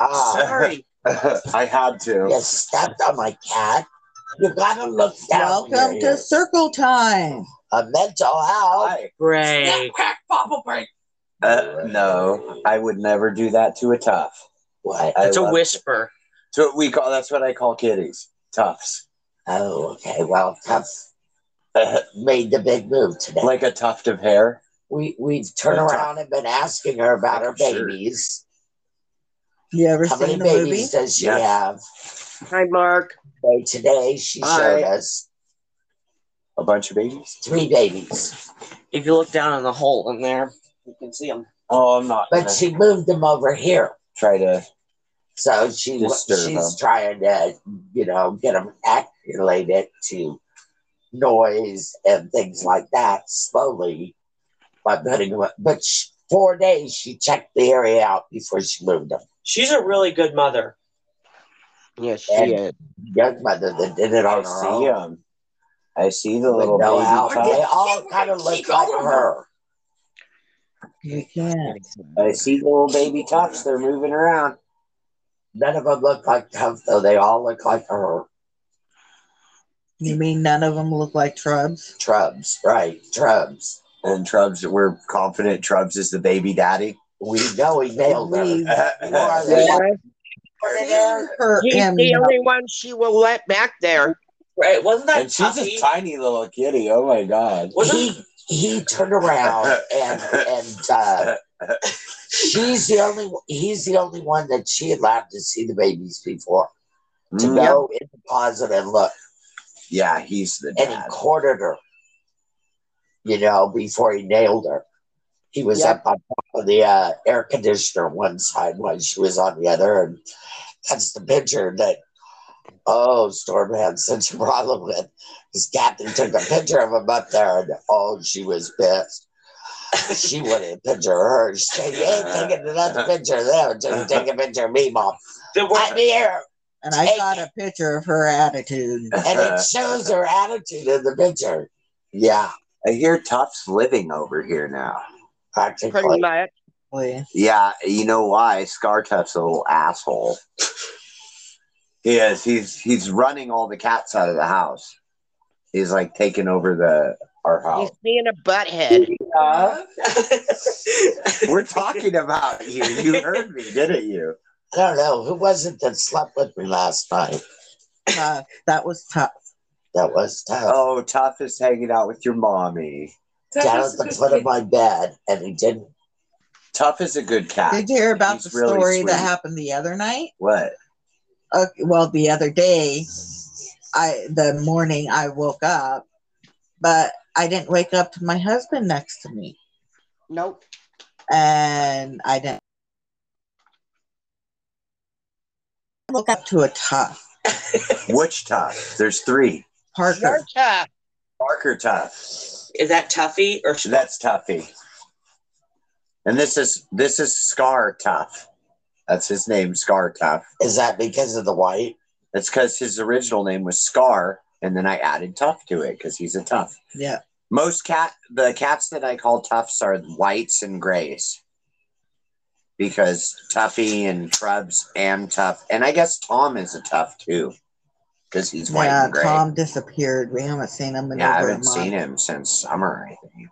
Ah. Sorry. I had to. Oh, You stepped on my cat. You gotta look down. Welcome here. to Circle Time. a mental health. Hi. Great. Uh, no, I would never do that to a tough. What? I It's a love- whisper. So we call that's what I call kitties. Toughs. Oh, okay. Well, tough made the big move today. like a tuft of hair. we we've turned Tough. around and been asking her about her I'm sure. babies. You ever How many seen the movie? babies does she Yes. have? Hi, Mark. So today she Hi. showed us A bunch of babies. three babies, If you look down in the hole in there, you can see them. Oh, I'm not but gonna she moved them over here. try to. So she Disturb she's them. trying to you know get them acclimated to noise and things like that slowly by putting them. But sh four days she checked the area out before she moved them. She's a really good mother. Yes, she And- is. Young mother that did it I on her see own. them. I see the little With no baby. out. They tuft. all kind of look like her. You can't. I see the little baby tops. They're moving around. None of them look like Tuff, though. They all look like her. You mean none of them look like Trubs? Trubs, right? Trubs. And Trubs, we're confident Trubs is the baby daddy. We know he nailed her. Please. Or That's they Yeah. ordinary. Her He's and the no. only one she will let back there. Right? Wasn't that And she's Tuffy? a tiny little kitty. Oh my god. Wasn't He he turned around and and uh, she's the only he's the only one that she allowed to see the babies before to Mm, go in the closet and look. yeah, he's the And he dad. courted her, you know, before he nailed her. He was Yep. up on top of the uh, air conditioner one side while she was on the other. And that's the picture that, oh, Storm had such a problem with. His captain took a picture of him up there, and oh, she was pissed. She wanted a picture of her. She said, You ain't taking another picture of them. Just take a picture of me, Mom. The wor- I'm here. And I got a picture of her And attitude. it shows her attitude in the picture. Yeah. I hear Tufts living over here now. practically. Pretty much. Boy, Yeah, you know why? Scar Tuff's a little asshole. he is. He's he's running all the cats out of the house. He's like taking over the our house. He's being a butthead. We're talking about you. You heard me, didn't you? I don't know who was it that slept with me last night. uh, that was tough. That was tough. Oh, Tuff is hanging out with your mommy. Down at the foot of my bed, and he didn't. Tuff is a good cat. Did you hear about He's the really story sweet. that happened the other night? What? uh, well the other day i the morning i woke up but i didn't wake up to my husband next to me Nope. and i didn't look up to a tough Which Tuff? There's three. parker You're tough. Barker Tuff. Is that Tuffy or That's Tuffy. And this is this is Scar Tuff. That's his name, Scar Tuff. Is that because of the white? That's because his original name was Scar, and then I added Tough to it because he's a tough. yeah Most cat, the cats that I call toughs are whites and grays, because Tuffy and Trubs and Tough, and I guess Tom is a tough too, because he's white yeah and gray. tom disappeared we haven't seen him in yeah, I over haven't a month seen him since summer. I think.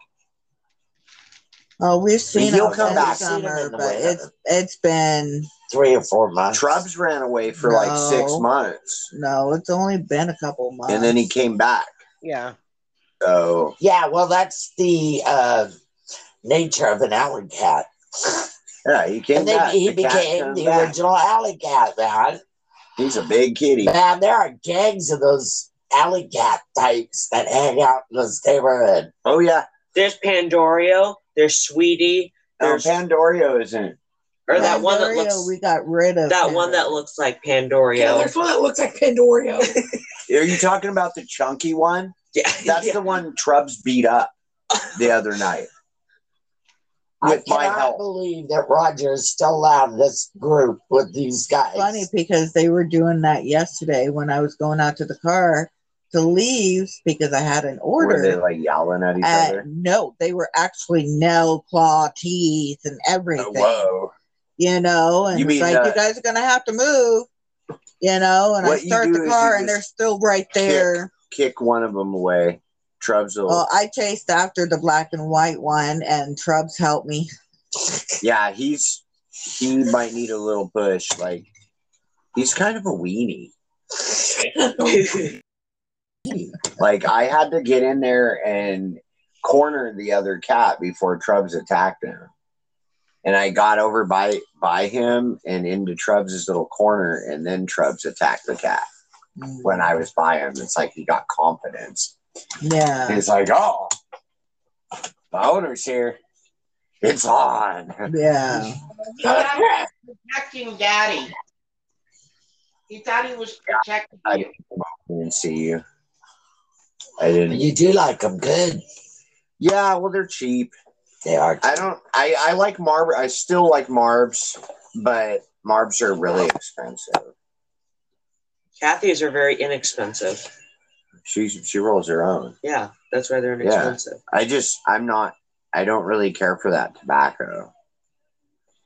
oh we've seen He'll him come come back. Seen him summer in the but winter. it's it's been Three or four months. Trubs ran away for like six No. months, no it's only been a couple months and then he came back. Yeah. So Yeah, well, that's the uh, nature of an alley cat. yeah, he came And then back. he The cat became comes the back. original alley cat, man. He's a big kitty. Man, there are gangs of those alley cat types that hang out in this neighborhood. Oh yeah, there's Pandorio, there's Sweetie, No, there's Pandorio isn't. or that one that Pandaria, looks we got rid of that him. one that looks like Pandorio. one that looks like Pandorio. Are you talking about the chunky one? Yeah, That's the one Trubs beat up the other night. With I my cannot help. believe that Roger is still allowed in this group with these guys. funny because they were doing that yesterday when I was going out to the car to leave because I had an Were they order. like yelling at each Uh, other? no, they were actually nail claw teeth and everything. Oh, whoa. you know, and You it's mean, like uh, you guys are gonna have to move, you know, and I What you start do the is car you and just they're still right there. Kick one of them away. Trubs will. Oh. Well, I chased after the black and white one and Trubs helped me. yeah, he's he might need a little push. Like he's kind of a weenie. Like I had to get in there and corner the other cat before Trubs attacked him. And I got over by by him and into Trubs' little corner, and then Trubs attacked the cat when I was by him. It's like he got confidence. Yeah. He's like, oh, the owner's here. It's on. Yeah. protecting daddy. He thought he was protecting I- you. didn't see you. I didn't. You do like them good. Yeah, well, they're cheap. They are. I don't. I I like Marb. I still like Marbs, but Marbs are really expensive. Kathy's are very inexpensive. She she rolls her own. Yeah, that's why they're inexpensive. I just I'm not. I don't really care for that tobacco,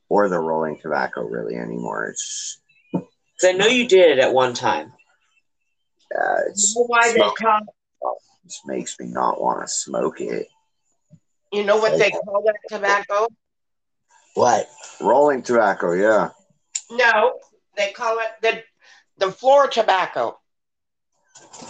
or the rolling tobacco really anymore. It's 'Cause I know you did at one time. uh, it's You know why they Smoke. call? it just makes me not want to smoke it. You know what they call that tobacco? What? Rolling tobacco, yeah. No, they call it the the floor tobacco.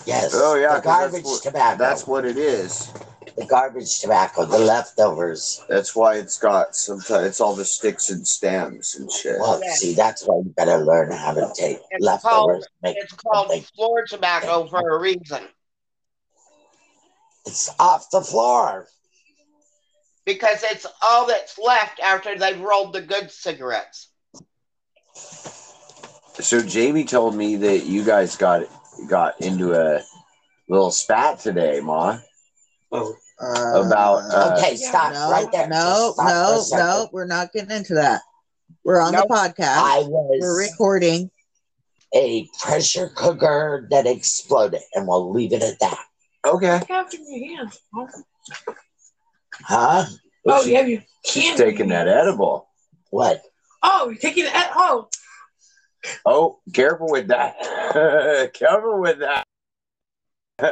Yes. Oh, yeah, The 'cause that's garbage what- tobacco. That's what it is. the garbage tobacco. The leftovers. That's why it's got sometimes it's all the sticks and stems and shit. Well, Yeah. see, that's why you better learn how to take It's leftovers. Make It's called something. floor tobacco for a reason It's off the floor. because it's all that's left after they've rolled the good cigarettes. So Jamie told me that you guys got got into a little spat today, Ma. Oh, Uh, About, uh, Okay, stop no, right there. No, Just stop for a no, second. no. We're not getting into that. We're on Nope. the podcast. I we're was recording. a pressure cooker that exploded, and we'll leave it at that. Okay. After me, yeah. Huh? Oh, you have your She's can. taking that edible. What? Oh, you're taking it at oh. Oh, careful with that. careful with that.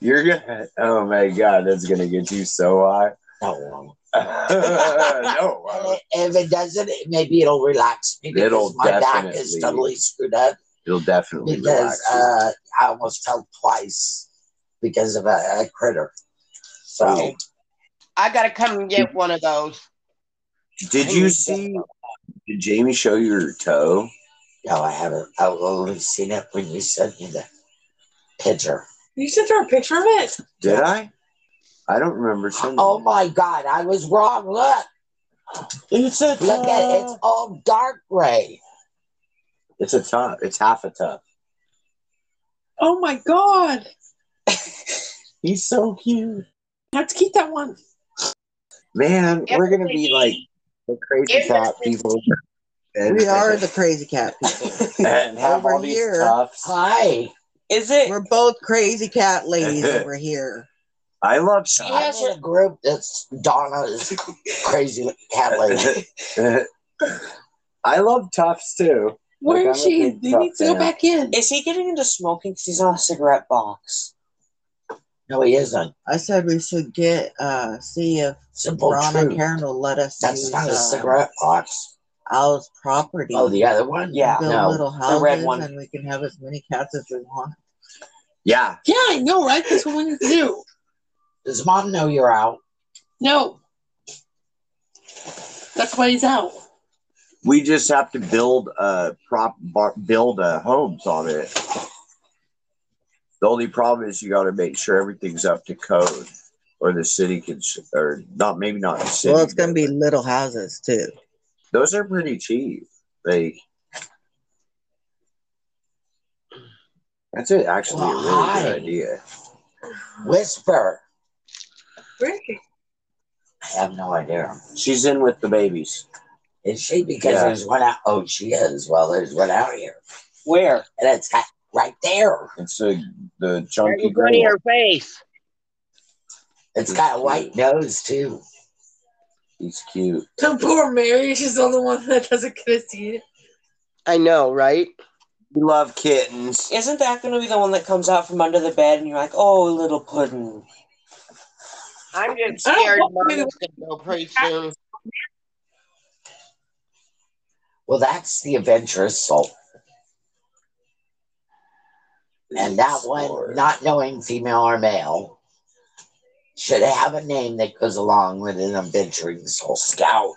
You're gonna oh my god, that's gonna get you so high. No. no. And If it doesn't, it- maybe it'll relax me because It'll my back is definitely- totally screwed up It'll definitely because relax. uh, I almost fell twice because of a, a critter. So I gotta come and get one of those. Did you see did Jamie show you her toe? no, I haven't. I've only seen it when you sent me the picture. You sent her a picture of it? Did I? I don't remember Hmm. sending Oh it. my God, I was wrong. Look, look at it. Uh. It's all dark gray. It's a tub. It's half a tub. Oh my god. He's so cute. I have to keep that one. Man, we're gonna be like the crazy cat people. And, We are the crazy cat people. and have all over these here. tufts. Hi. is it? We're both crazy cat ladies over here. I love She has a group that's Donna's crazy cat lady. tufts. I love tufts too. Where Like, is I'm a she? big They tough need to go fan. back in. Is he getting into smoking? Because he's on a cigarette box. No, he isn't. I said we should get uh see if Simple Ron and truth. Karen will let us That's use not a uh, cigarette box. Al's property. Oh, the other one? Yeah. build no. little the houses red one. and we can have as many cats as we want. Yeah. Yeah, I know, right? That's what we need to do. Does mom know you're out? No. That's why he's out. We just have to build a prop bar, build a homes on it. The only problem is you got to make sure everything's up to code, or the city can, s- or not maybe not the city. Well, it's gonna but- be little houses too. Those are pretty cheap. Like that's it. Actually, a really Why? good idea. Whisper. Ricky. I have no idea. She's in with the babies. Is she? Because Yeah. there's one out. Oh, she is. Well, there's one out here. Where? And it's got right there. It's the the Right chunky in front of gray. one. your face. Mm-hmm. It's got a white nose, too. He's cute. So poor Mary, she's the only one that doesn't get to see it. I know, right? We love kittens. Isn't that going to be the one that comes out from under the bed and you're like, oh, little puddin? I'm just I don't scared want mine to- is gonna go pretty soon. Well, that's the adventurous soul. And that one, not knowing female or male, should have a name that goes along with an adventuring soul. Scout.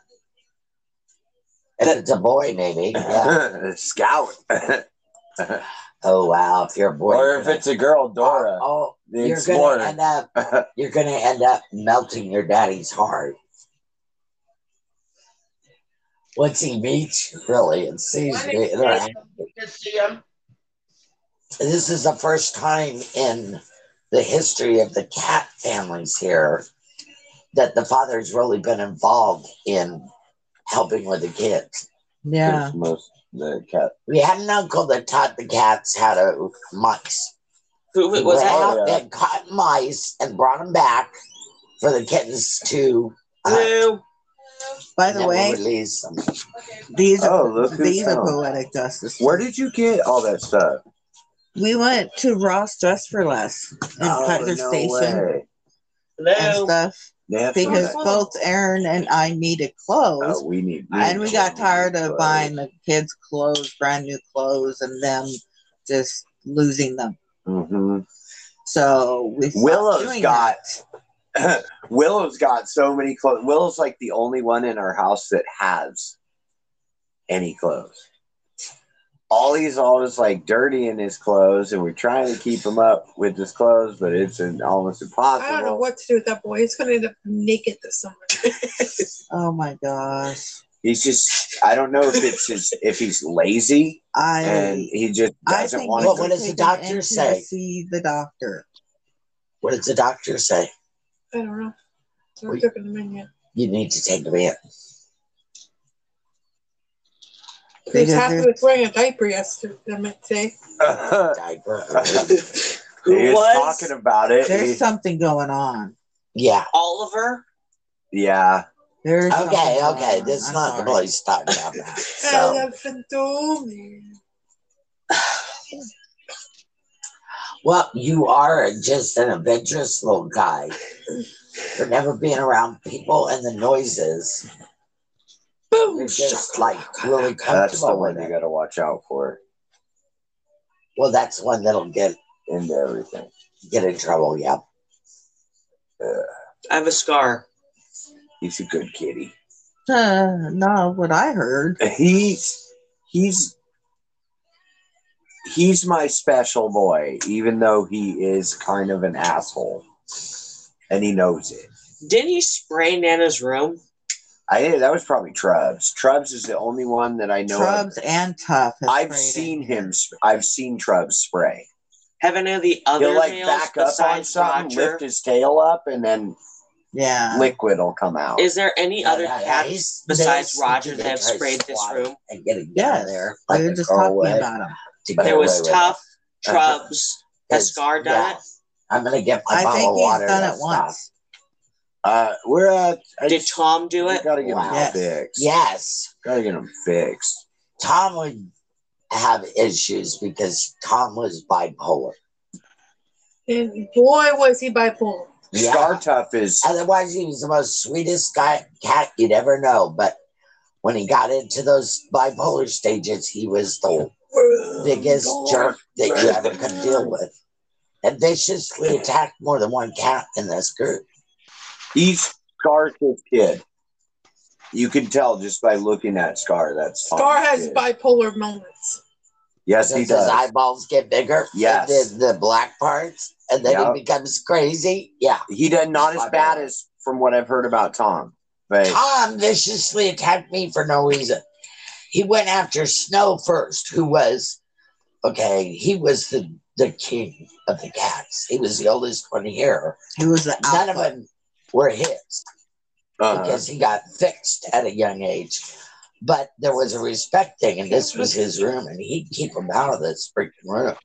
If it's a boy, maybe. Yeah. Scout. Oh wow! If you're a boy, or if it's a girl, Dora. Oh, you're the gonna explorer. end up. You're gonna end up melting your daddy's heart. Once he meets you, really, and sees When the is interaction. To see him. this is the first time in the history of the cat families here that the father's really been involved in helping with the kids. Yeah. Most the cat. We had an uncle that taught the cats how to mice. Who He was went that? uh, out and caught mice and brought them back for the kittens to uh, hunt, No. By and the then we way, released them. these Oh, look are who these are found. poetic justice. Where did you get all that stuff? we went to Ross Dress for Less in Cutler Station Oh, way. and Oh. No. stuff They have some of because that. both Aaron and I needed clothes. Oh, we need. and we got need- tired of buying the kids clothes brand new clothes and them just losing them Mhm. so we stopped Willow's doing got. that. Willow's got so many clothes. Willow's like the only one in our house that has any clothes. Ollie's always like dirty in his clothes, and we're trying to keep him up with his clothes, but it's an, almost impossible. I don't know what to do with that boy. He's gonna end up naked this summer. oh my gosh He's just. I don't know if it's his, if he's lazy and i he just i doesn't think want we Well, to. what should does the take him doctor in to say? see the doctor What does the doctor say? I don't know. I'm Wait. looking at the menu. You need to take them in. He was Because happy there's- with wearing a diaper yesterday. I meant today. Diaper. Who he was was talking about it. there's He- something going on Yeah. Oliver? yeah. there's something Okay. going Okay. on. This is I'm not the sorry. place to talk about that. So. Elephant man. Well, you are just an adventurous little guy for never being around people and the noises. Boom! You're just like really That's the comfortable with one you it. got to watch out for Well, that's one that'll get into everything. get in trouble. Yeah. I have a scar. He's a good kitty. uh, no what i heard He's he's he's my special boy, even though he is kind of an asshole, and he knows it. Didn't he spray Nana's room? I think that was probably Trubs. Trubs is the only one that I know. of. Trubs and Tough. has I've prayed it. seen him. sp- I've seen Trubs spray. Have any of the other He'll like males back up on besides something, Roger? lift his tail up, and then Yeah. liquid will come out. Is there any Yeah, other yeah, yeah, cats he's- besides there's Roger something that have tries to sprayed this swat room? and getting down Yes. there? We Like were a just girl talking would, about him. to get There was away with it. Tough, Trubs, has That's- Scar done yeah. it? I'm gonna get my I bottle think of he's water. done that's it once. Uh, we're at. I Did just- Tom do we it? Gotta get him Wow. fixed. not- Yes. Gotta get him fixed. Tom would have issues because Tom was bipolar. And boy, was he bipolar. Yeah. Scar Tough is Otherwise, he was the most sweetest guy, cat you'd ever know. But when he got into those bipolar stages, he was the biggest jerk that you ever could deal with. And viciously attacked more than one cat in this group. he's Scar's his kid. You can tell just by looking at Scar. That's Tom's Scar has kid. bipolar moments. Yes, he Since does. His eyeballs get bigger. Yes. And then the black parts. And then Yep. he becomes crazy. Yeah. he did not as bad as from what I've heard about Tom, but Tom viciously attacked me for no reason. He went after Snow first, who was okay, he was the, the king of the cats. He was the oldest one here. He was the None alpha. of them were his uh, because he got fixed at a young age. But there was a respect thing, and this was his room, and he'd keep him out of this freaking room.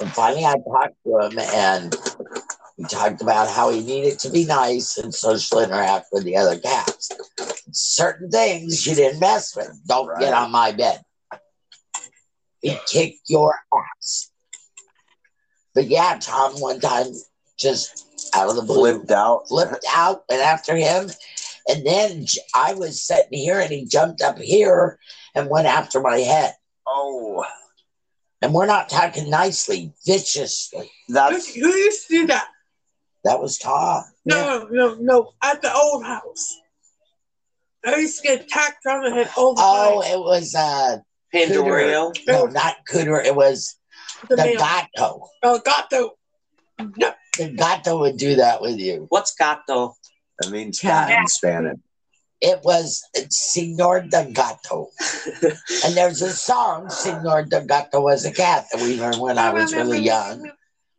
And finally, I talked to him, and He talked about how he needed to be nice and social interact with the other cats. Certain things you didn't mess with. Don't get on my bed. He kicked your ass. But yeah, Tom one time just out of the blue Flipped out. flipped out and after him. And then j- I was sitting here and he jumped up here and went after my head. Oh, And we're not talking nicely, viciously. Who, that's who used to do that? That was Tom. No, no, no, no. At the old house. I used to get attacked on the head all the Oh, time. it was uh Pandorio. no, not Cooter. It was The the male. Gato. Oh, got the. No, The Gato would do that with you. What's gato? that means cat in Spanish. It was Senor de Gato. and there's a song, Senor de Gato was a cat, that we learned when I was really young.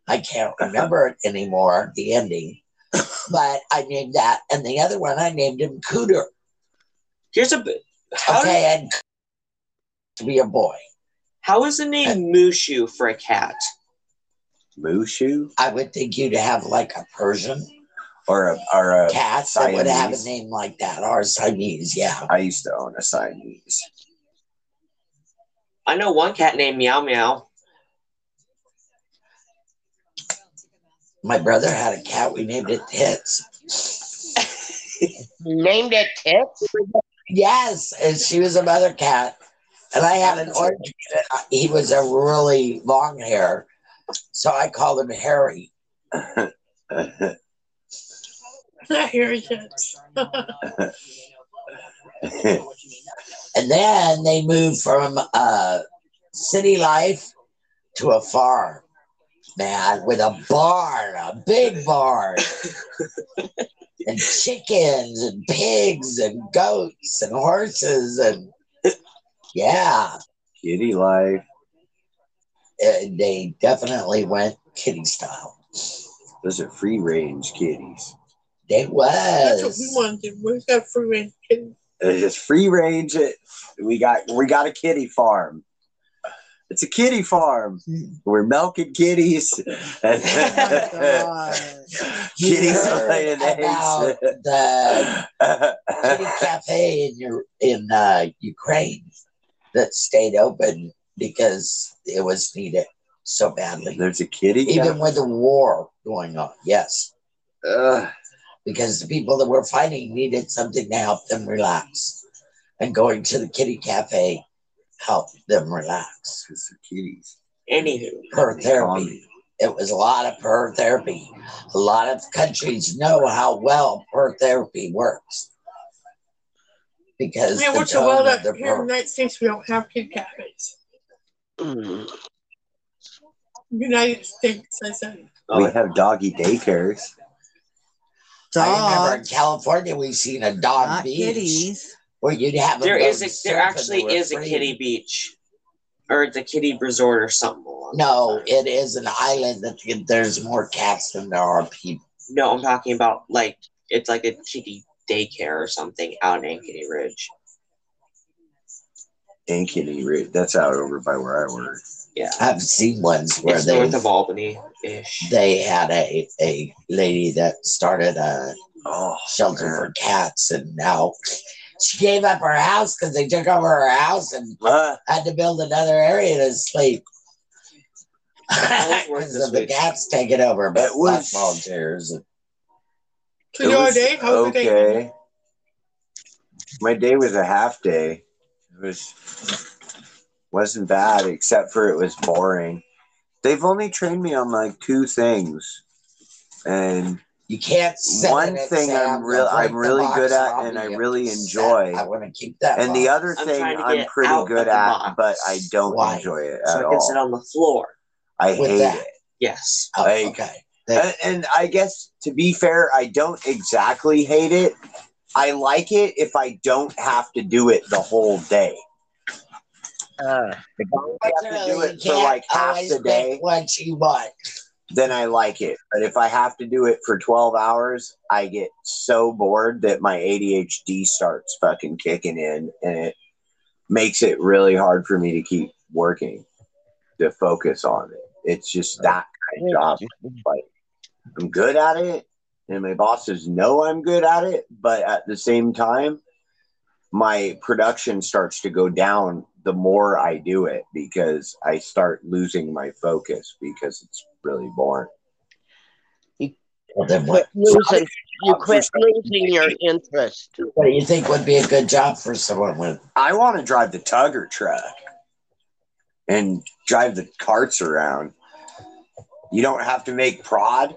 I can't remember it anymore, the ending. But I named that. And the other one, I named him Cooter. Here's a. b- How, Okay, and to be a boy. how is the name Mushu for a cat? Mushu I would think you'd have like a Persian or a or a. cat that would have a Siamese. name like that, or Siamese, yeah. I used to own a Siamese. I know one cat named Meow Meow. My brother had a cat, we named it Tits. Named it Tits. Yes, and she was a mother cat. And I had an orange cat. He was a really long hair. So I called him Harry. I hear you. And then they moved from uh, city life to a farm, man, with a barn, a big barn, and chickens and pigs and goats and horses and yeah, Kitty life. eh, they definitely went kitty style. Those are free range kitties. They That's what we was wanted. to do. We got free range kittens. It's just free range. It we got we got a kitty farm. It's a kitty farm. We're milking kitties. Oh my kitties gosh. heard laying about eggs. the kitty cafe in your in uh, Ukraine that stayed open because it was needed so badly, There's a kitty. even Even, with the war going on. Yes, because the people that were fighting needed something to help them relax, and going to the kitty cafe helped them relax. it's a kitties. Anywho, Her therapy. It was a lot of per therapy. A lot of countries know how well per therapy works. Because Man, the we're so well tone of that the here in the per- United States we don't have kitty cafes. Mm. United States, I said. We have doggy daycares. I remember in Dogs, California we seen a dog not beach kitties. where you'd have there them go is to a, surf there and actually they were is a free. kitty beach, or it's a kitty resort or something. along those No, lines. it is an island that there's more cats than there are people. no, I'm talking about like it's like a kitty daycare or something out in Kitty Ridge. and Kitty Ridge. That's out over by where I work. Yeah, I've seen ones where it's they north of Albany ish. they had a, a lady that started a Oh, shelter man. for cats and now she gave up her house because they took over her house and Uh, had to build another area to sleep. I was working Because this of the week. cats taking over, but It was- fuck volunteers. So your day, how was your day? okay. My day was a half day. It was wasn't bad except for it was boring. They've only trained me on like two things. And You can't. Sit One in it, thing Sam. I'm real- You'll break I'm really the box good at off and of I you. really Sit. enjoy. I want to keep that. and the box. other I'm thing trying to I'm get pretty out of good the at, box. but I don't Why? enjoy it So at I can sit all. on the floor. I With hate that. it. Yes. Oh, like- okay. And, and I guess to be fair, I don't exactly hate it. I like it if I don't have to do it the whole day. If I have to do Clearly, you it for can't like half always the day, pick What you want? then I like it. But if I have to do it for 12 hours, I get so bored that my ADHD starts fucking kicking in and it makes it really hard for me to keep working, to focus on it. It's just that kind of job. I'm good at it, and my bosses know I'm good at it. But at the same time, my production starts to go down the more I do it because I start losing my focus because it's really boring. Well, then Quit what, losing, you quit losing your interest. what do you think would be a good job for someone with? I want to drive the tugger truck and drive the carts around. You don't have to make prod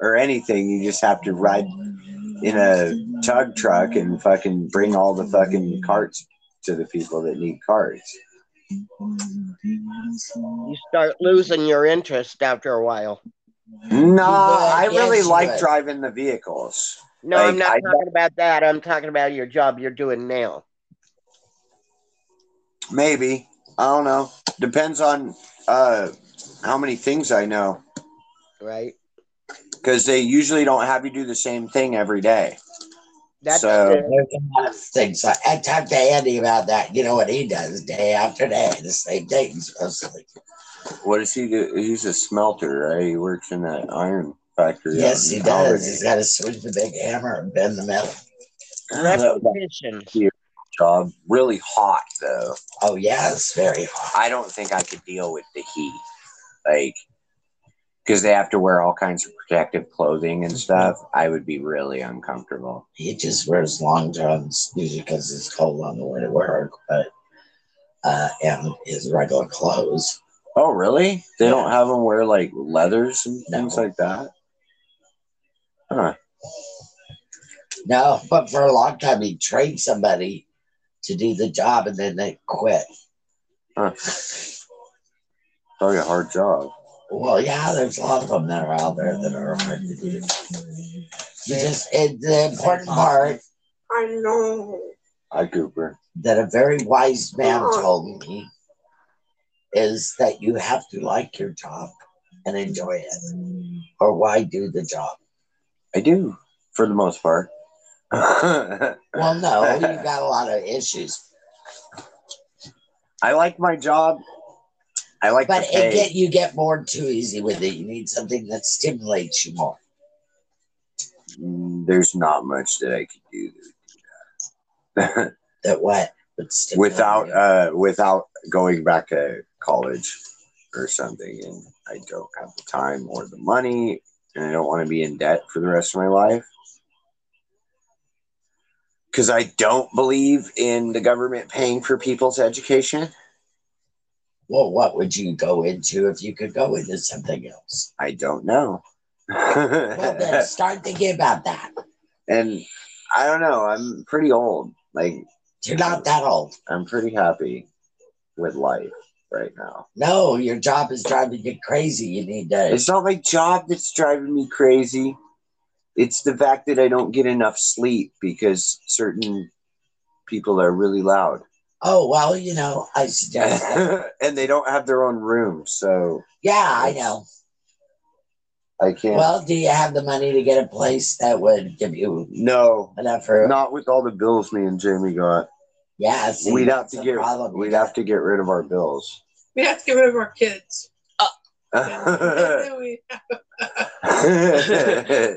or anything. You just have to ride in a tug truck and fucking bring all the fucking carts to the people that need carts. You start losing your interest after a while. Nah, I really Yes, you like would. driving the vehicles. No, Like, I'm not I- talking about that. I'm talking about your job you're doing now. Maybe. I don't know. Depends on uh how many things I know. right? Because they usually don't have you do the same thing every day. That's So- good. There's a lot of things. I, I talked to Andy about that. You know what he does day after day, the same things mostly. What does he do? He's a smelter, right? He works in that iron factory. Yes, out he in does. Albany. He's got to swing the big hammer and bend the metal. That one repetition. job really hot though. Oh yeah, it's very hot. I don't think I could deal with the heat, like because they have to wear all kinds of protective clothing Mm-hmm. and stuff. I would be really uncomfortable. He just wears long johns usually because it's cold on the way to work, but uh, and his regular clothes. Oh, really? They Yeah. don't have them wear like leathers and No. things like that. Huh. No, but for a long time he trained somebody to do the job and then they quit. Probably a hard job. Well, yeah, there's a lot of them that are out there that are hard to do. You just it, the important part I know. Hi, Cooper. that a very wise man told me is that you have to like your job and enjoy it, or why do the job? I do, for the most part. Well, no, you got a lot of issues, I like my job. I like but the it pay. get you get more too easy with it. You need something that stimulates you more. Mm, There's not much that I could do that. That what would stimulate without you. uh, without going back to college or something, and I don't have the time or the money, and I don't want to be in debt for the rest of my life. Because I don't believe in the government paying for people's education. well, what would you go into if you could go into something else? I don't know. Well, then start thinking about that. and I don't know. I'm pretty old. Like You're not that old. I'm pretty happy with life right now. No, your job is driving you crazy. You need to. It's not my job that's driving me crazy. It's the fact that I don't get enough sleep because certain people are really loud. Oh well, you know, I suggest. That. and they don't have their own room, so Yeah, I know. I can't. Well, do you have the money to get a place that would give you no, enough room? not with all the bills me and Jamie got. Yeah, see, we'd have that's to the get problem. we'd have to get rid of our bills. We have to get rid of our kids. yeah, Then we-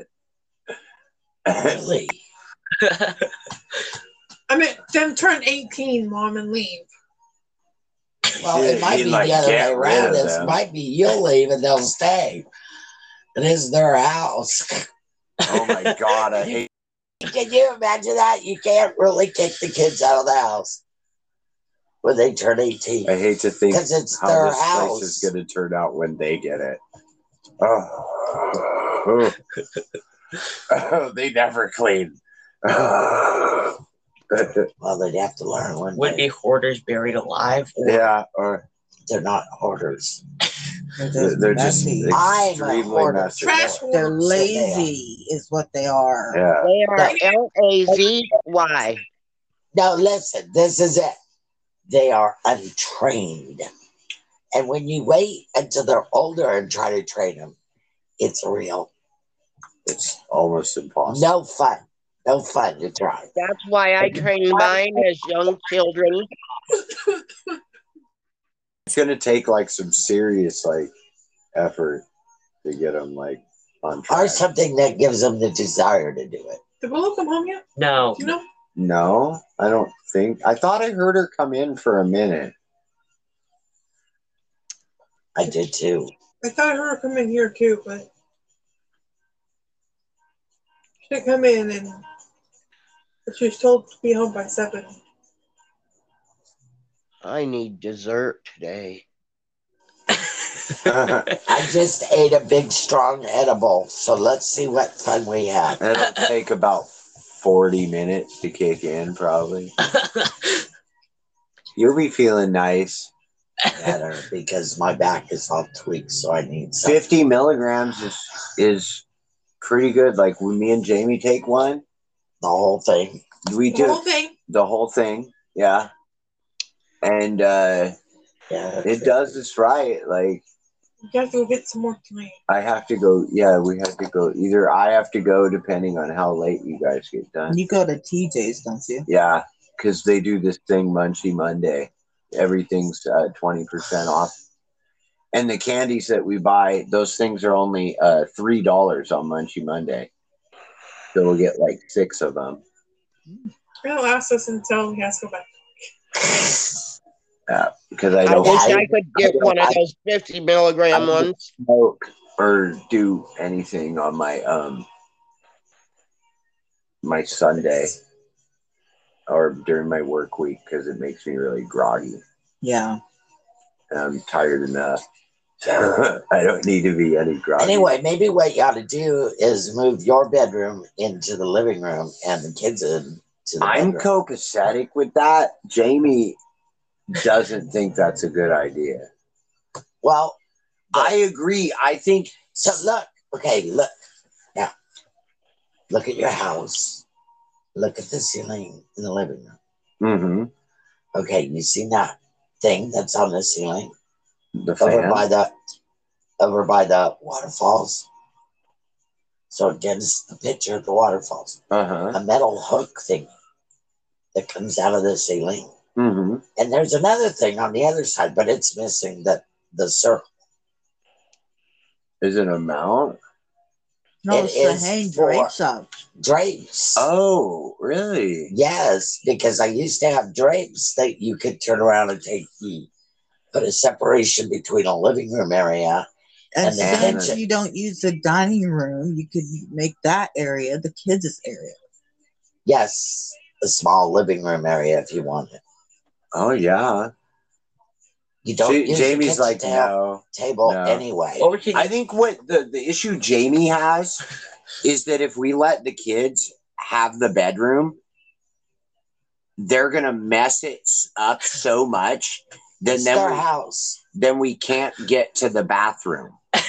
really. I mean, then turn 18, mom, and leave. Well, You it might be like the other get way rid around. of This them. might be you'll leave and they'll stay. It is their house. oh my god, I hate Can you imagine that? You can't really kick the kids out of the house when they turn eighteen I hate to think because it's how their this place is house. going to turn out when they get it. Oh, Oh, they never clean. Well, they'd have to learn one Would day. be hoarders buried alive? yeah, or They're not hoarders. they're, they're just messy. I'm a extremely hoarder. messy. Trash They're horse. lazy, is what they are. Yeah, They are L A Z Y. Now listen, this is it. They are untrained. And when you wait until they're older and try to train them, it's real. it's almost impossible. No fun. No fun to try. That's why I train mine as young children. It's going to take like some serious like effort to get them like on or track. something that gives them the desire to do it. Did Willow come home yet? No. Do you know? No, I don't think. I thought I heard her come in for a minute. I did too. I thought I heard her come in here too, but she didn't come in and but she was told to be home by seven. I need dessert today. I I just ate a big strong edible, so let's see what fun we have. don't take about 40 minutes to kick in, probably. You'll be feeling nice. Better because my back is all tweaked, so I need some. 50 milligrams is, is pretty good. Like when me and Jamie take one, The whole thing. we The whole do thing. the whole thing. Yeah. And uh, Yeah, it does us right. Like, You have to go get some more tonight. I have to go. Yeah, we have to go. Either I have to go, depending on how late you guys get done. You go to TJ's, don't you? Yeah, because they do this thing, Munchie Monday. Everything's uh, twenty percent off, and the candies that we buy, those things are only uh, three dollars on Munchie Monday. So we'll get like six of them. It'll last us until he has to go back. Yeah, because I I don't wish I- I could get don't- one of I- those 50 milligram I- ones. smoke or do anything on my um my Sunday or during my work week because it makes me really groggy. Yeah. and I'm tired enough. I don't need to be any groggy. Anyway, maybe what you ought to do is move your bedroom into the living room and the kids into the I'm bedroom. copacetic with that. Jamie doesn't think that's a good idea. well, I agree. I think so look. Okay, look. Now, look at your house. Look at the ceiling in the living room. hmm Okay, you see that thing that's on the ceiling? the over fan. by the over by the waterfalls. So it gives a picture of the waterfalls. Uh huh. A metal hook thing that comes out of the ceiling. hmm And there's another thing on the other side, but it's missing the the circle. Is it a mount? No, It it's the is hang for- drapes up. Drapes. Oh, really? Yes, because I used to have drapes that you could turn around and take the put a separation between a living room area. And And then- since you don't use the dining room, you could make that area the kids' area. Yes, a small living room area if you want it. Oh, yeah. You don't Ja- use the Jamie's kitchen like, to help no. table No. anyway. Or we could I think what the, the issue Jamie has is that if we let the kids have the bedroom, they're gonna mess it s- up so much then It's then their we, house. then we can't get to the bathroom. and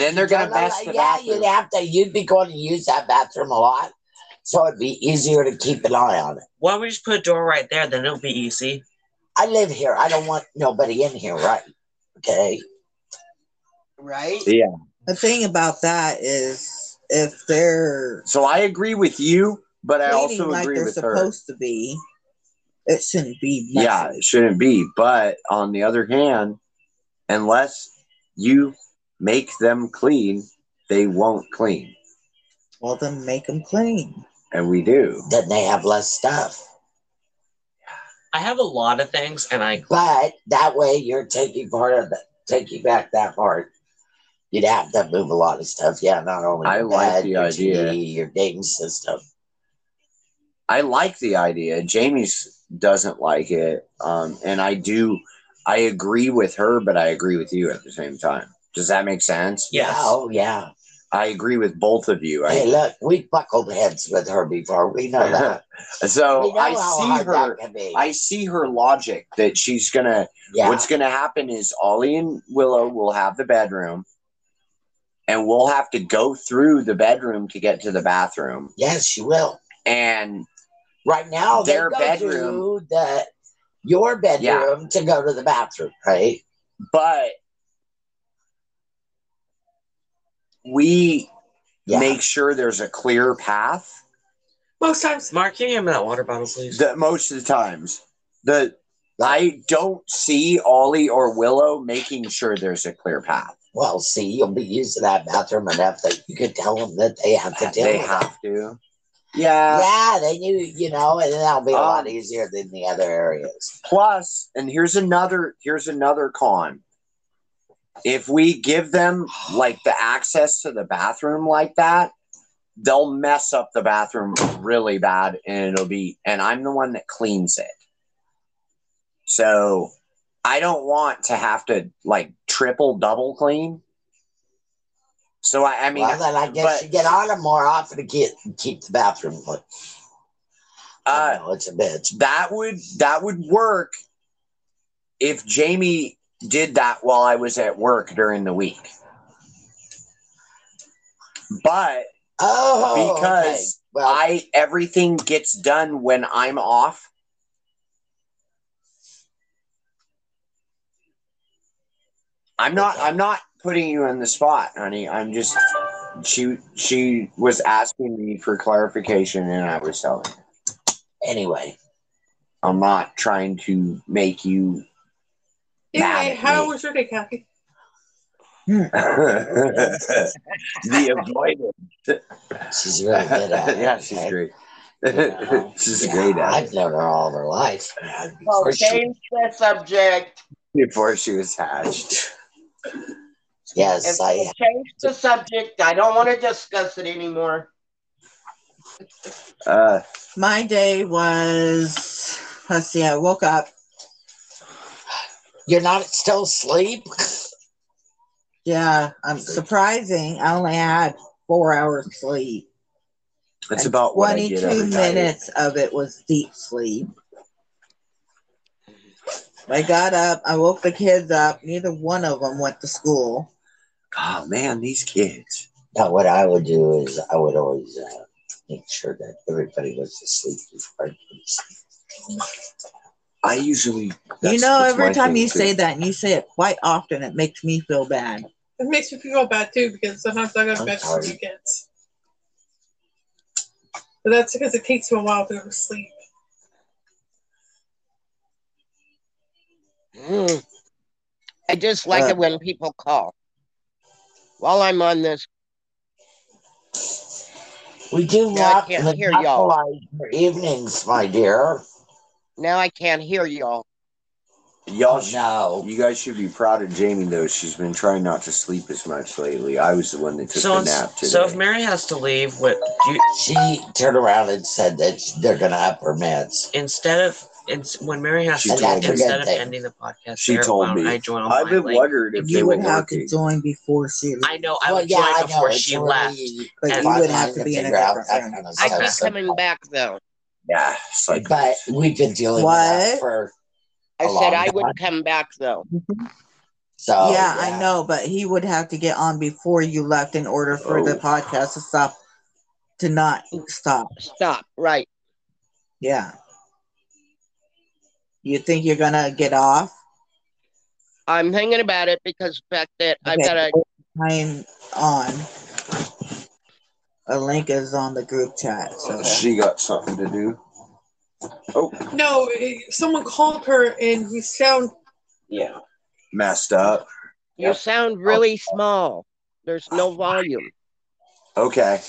then they're gonna Well, mess the yeah, bathroom. you'd have to. You'd be going to use that bathroom a lot, so it'd be easier to keep an eye on it. why don't we just put a door right there? Then it'll be easy. I live here. I don't want nobody in here, right? Okay. Right? The thing about that is if they're So I agree with you, but I cleaning also like agree they're with her. supposed to be, it shouldn't be. messy. Yeah, it shouldn't be. But on the other hand, unless you make them clean, they won't clean. Well, then make them clean. And we do. Then they have less stuff, I have a lot of things, and I but that way you're taking part of the taking back that part. You'd have to move a lot of stuff. Yeah, not only I your like bed, the your idea. TV, your game system. I like the idea. Jamie's doesn't like it. Um, and I do, I agree with her, but I agree with you at the same time. Does that make sense? yes. Oh yeah. I agree with both of you. Hey, I, look, we buckled heads with her before. We know that. we so know I how see hard her. that can be. I see her logic that she's gonna. yeah. What's gonna happen is Ollie and Willow will have the bedroom, and we'll have to go through the bedroom to get to the bathroom. Yes, you will. And Right now, they Their go bedroom. to the your bedroom to go to the bathroom, right? but we Yeah. make sure there's a clear path. Most times Mark, can you hand me that water bottle, please? The most of the times, the I don't see Ollie or Willow making sure there's a clear path. Well, see, you'll be using that bathroom enough that you could tell them that they have to deal they with it. have to. Yeah. Yeah, they knew, you know, and that'll be a lot Um, easier than the other areas. Plus, and here's another here's another con. If we give them like the access to the bathroom like that, they'll mess up the bathroom really bad and it'll be and I'm the one that cleans it. So I don't want to have to like triple double clean. So I, I mean well, then I guess but- you get on them more often to get keep the bathroom clean. uh I know it's a bitch. that would that would work if Jamie did that while I was at work during the week. But Oh, Because okay. well, I everything gets done when I'm off. I'm not I'm not putting you on the spot, honey. I'm just she she was asking me for clarification and I was telling her. anyway, I'm not trying to make you Anyway, Nah, how me. was your day, Kathy? the avoidant. she's really good uh, at it. yeah, she's okay? great. Yeah. she's Yeah, great at I've known her all her life. Well, For sure. change the subject. it before she was hatched. Yes, If I we change the subject, I don't want to discuss it anymore. Uh, My day was, let's see, I woke up. You're not still asleep? Yeah, I'm surprising. I only had four hours sleep. that's And about what I did. 22 every night. minutes of it was deep sleep. I got up. I woke the kids up. Neither one of them went to school. Oh man, these kids. No, what I would do is I would always uh, make sure that everybody was asleep before I could sleep. I usually. you that's- know, that's every my time thing, you too. say that, and you say it quite often, it makes me feel bad. It makes me feel bad too because sometimes I go to I'm bed for tired. weekends. But that's because it takes me a while to go to sleep. Mm. I just like Uh, it when people call. While I'm on this, We do Yeah, I not can't hear y'all. monopolize your evenings, my dear. now I can't hear y'all. Y'all, Oh, no. sh- you guys should be proud of Jamie though. She's been trying not to sleep as much lately. I was the one that took So, the nap today. so if Mary has to leave, what do you, She turned around and said that sh- they're going to up her meds. instead of ins- when Mary has She to told leave, me. instead of That's a good ending the podcast, She there told alone, me. I joined I've been online late. wondered if they You were would have working. to join before she I leave, know I well, would yeah, join I know. before it's she really left. but And- you would fun have to be in a figure out different that room. kind of I stuff, keep so- coming back though. yeah, it's like But we've been dealing with that What? for I A said long I would time. come back though. so. yeah, I know, but he would have to get on before you left in order for the Oh. podcast to stop, to not stop. Stop. Right. Yeah. You think you're gonna get off? I'm thinking about it because the fact that I've Okay. got a I'm on. A link is on the group chat. So oh, she got something to do. No, it- someone called her and we sound yeah. Messed up. you sound really small. There's no volume. Okay.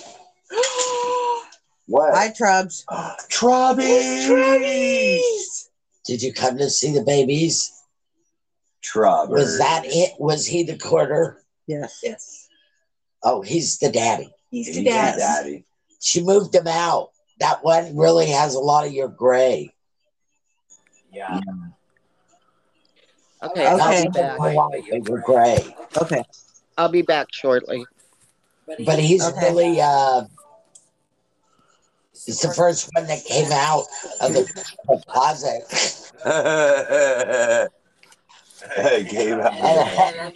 What? hi, Trubs. Trubbies! Did you come to see the babies? Trubbers. Was that it? Was he the quarter? Yes. yes. Oh, he's the daddy. He's He's the a dad. daddy. She moved him out. That one really has a lot of your gray. Yeah. Okay, Okay. I'll Not be back. even white, they were gray. Okay. I'll be back shortly. But he's Okay. really uh it's the first one that came out of the, the closet. Gave up.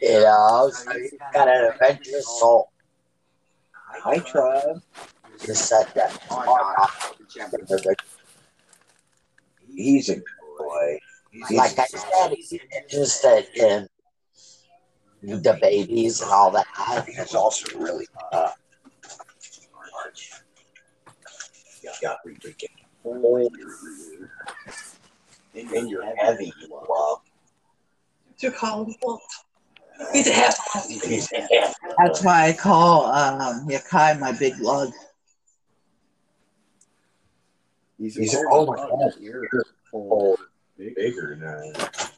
And, you know, so he's got an adventurous soul. Hi, Trub. You're such a He's a good boy. like I said, he's interested in the babies and all that. He's also really uh, yeah, And you're heavy, you love. to call him Walt. He's a half. He's a half. That's why I call um, Yakai my big lug. He's, He's- oh, oh my my god, you're Oh, big- bigger now.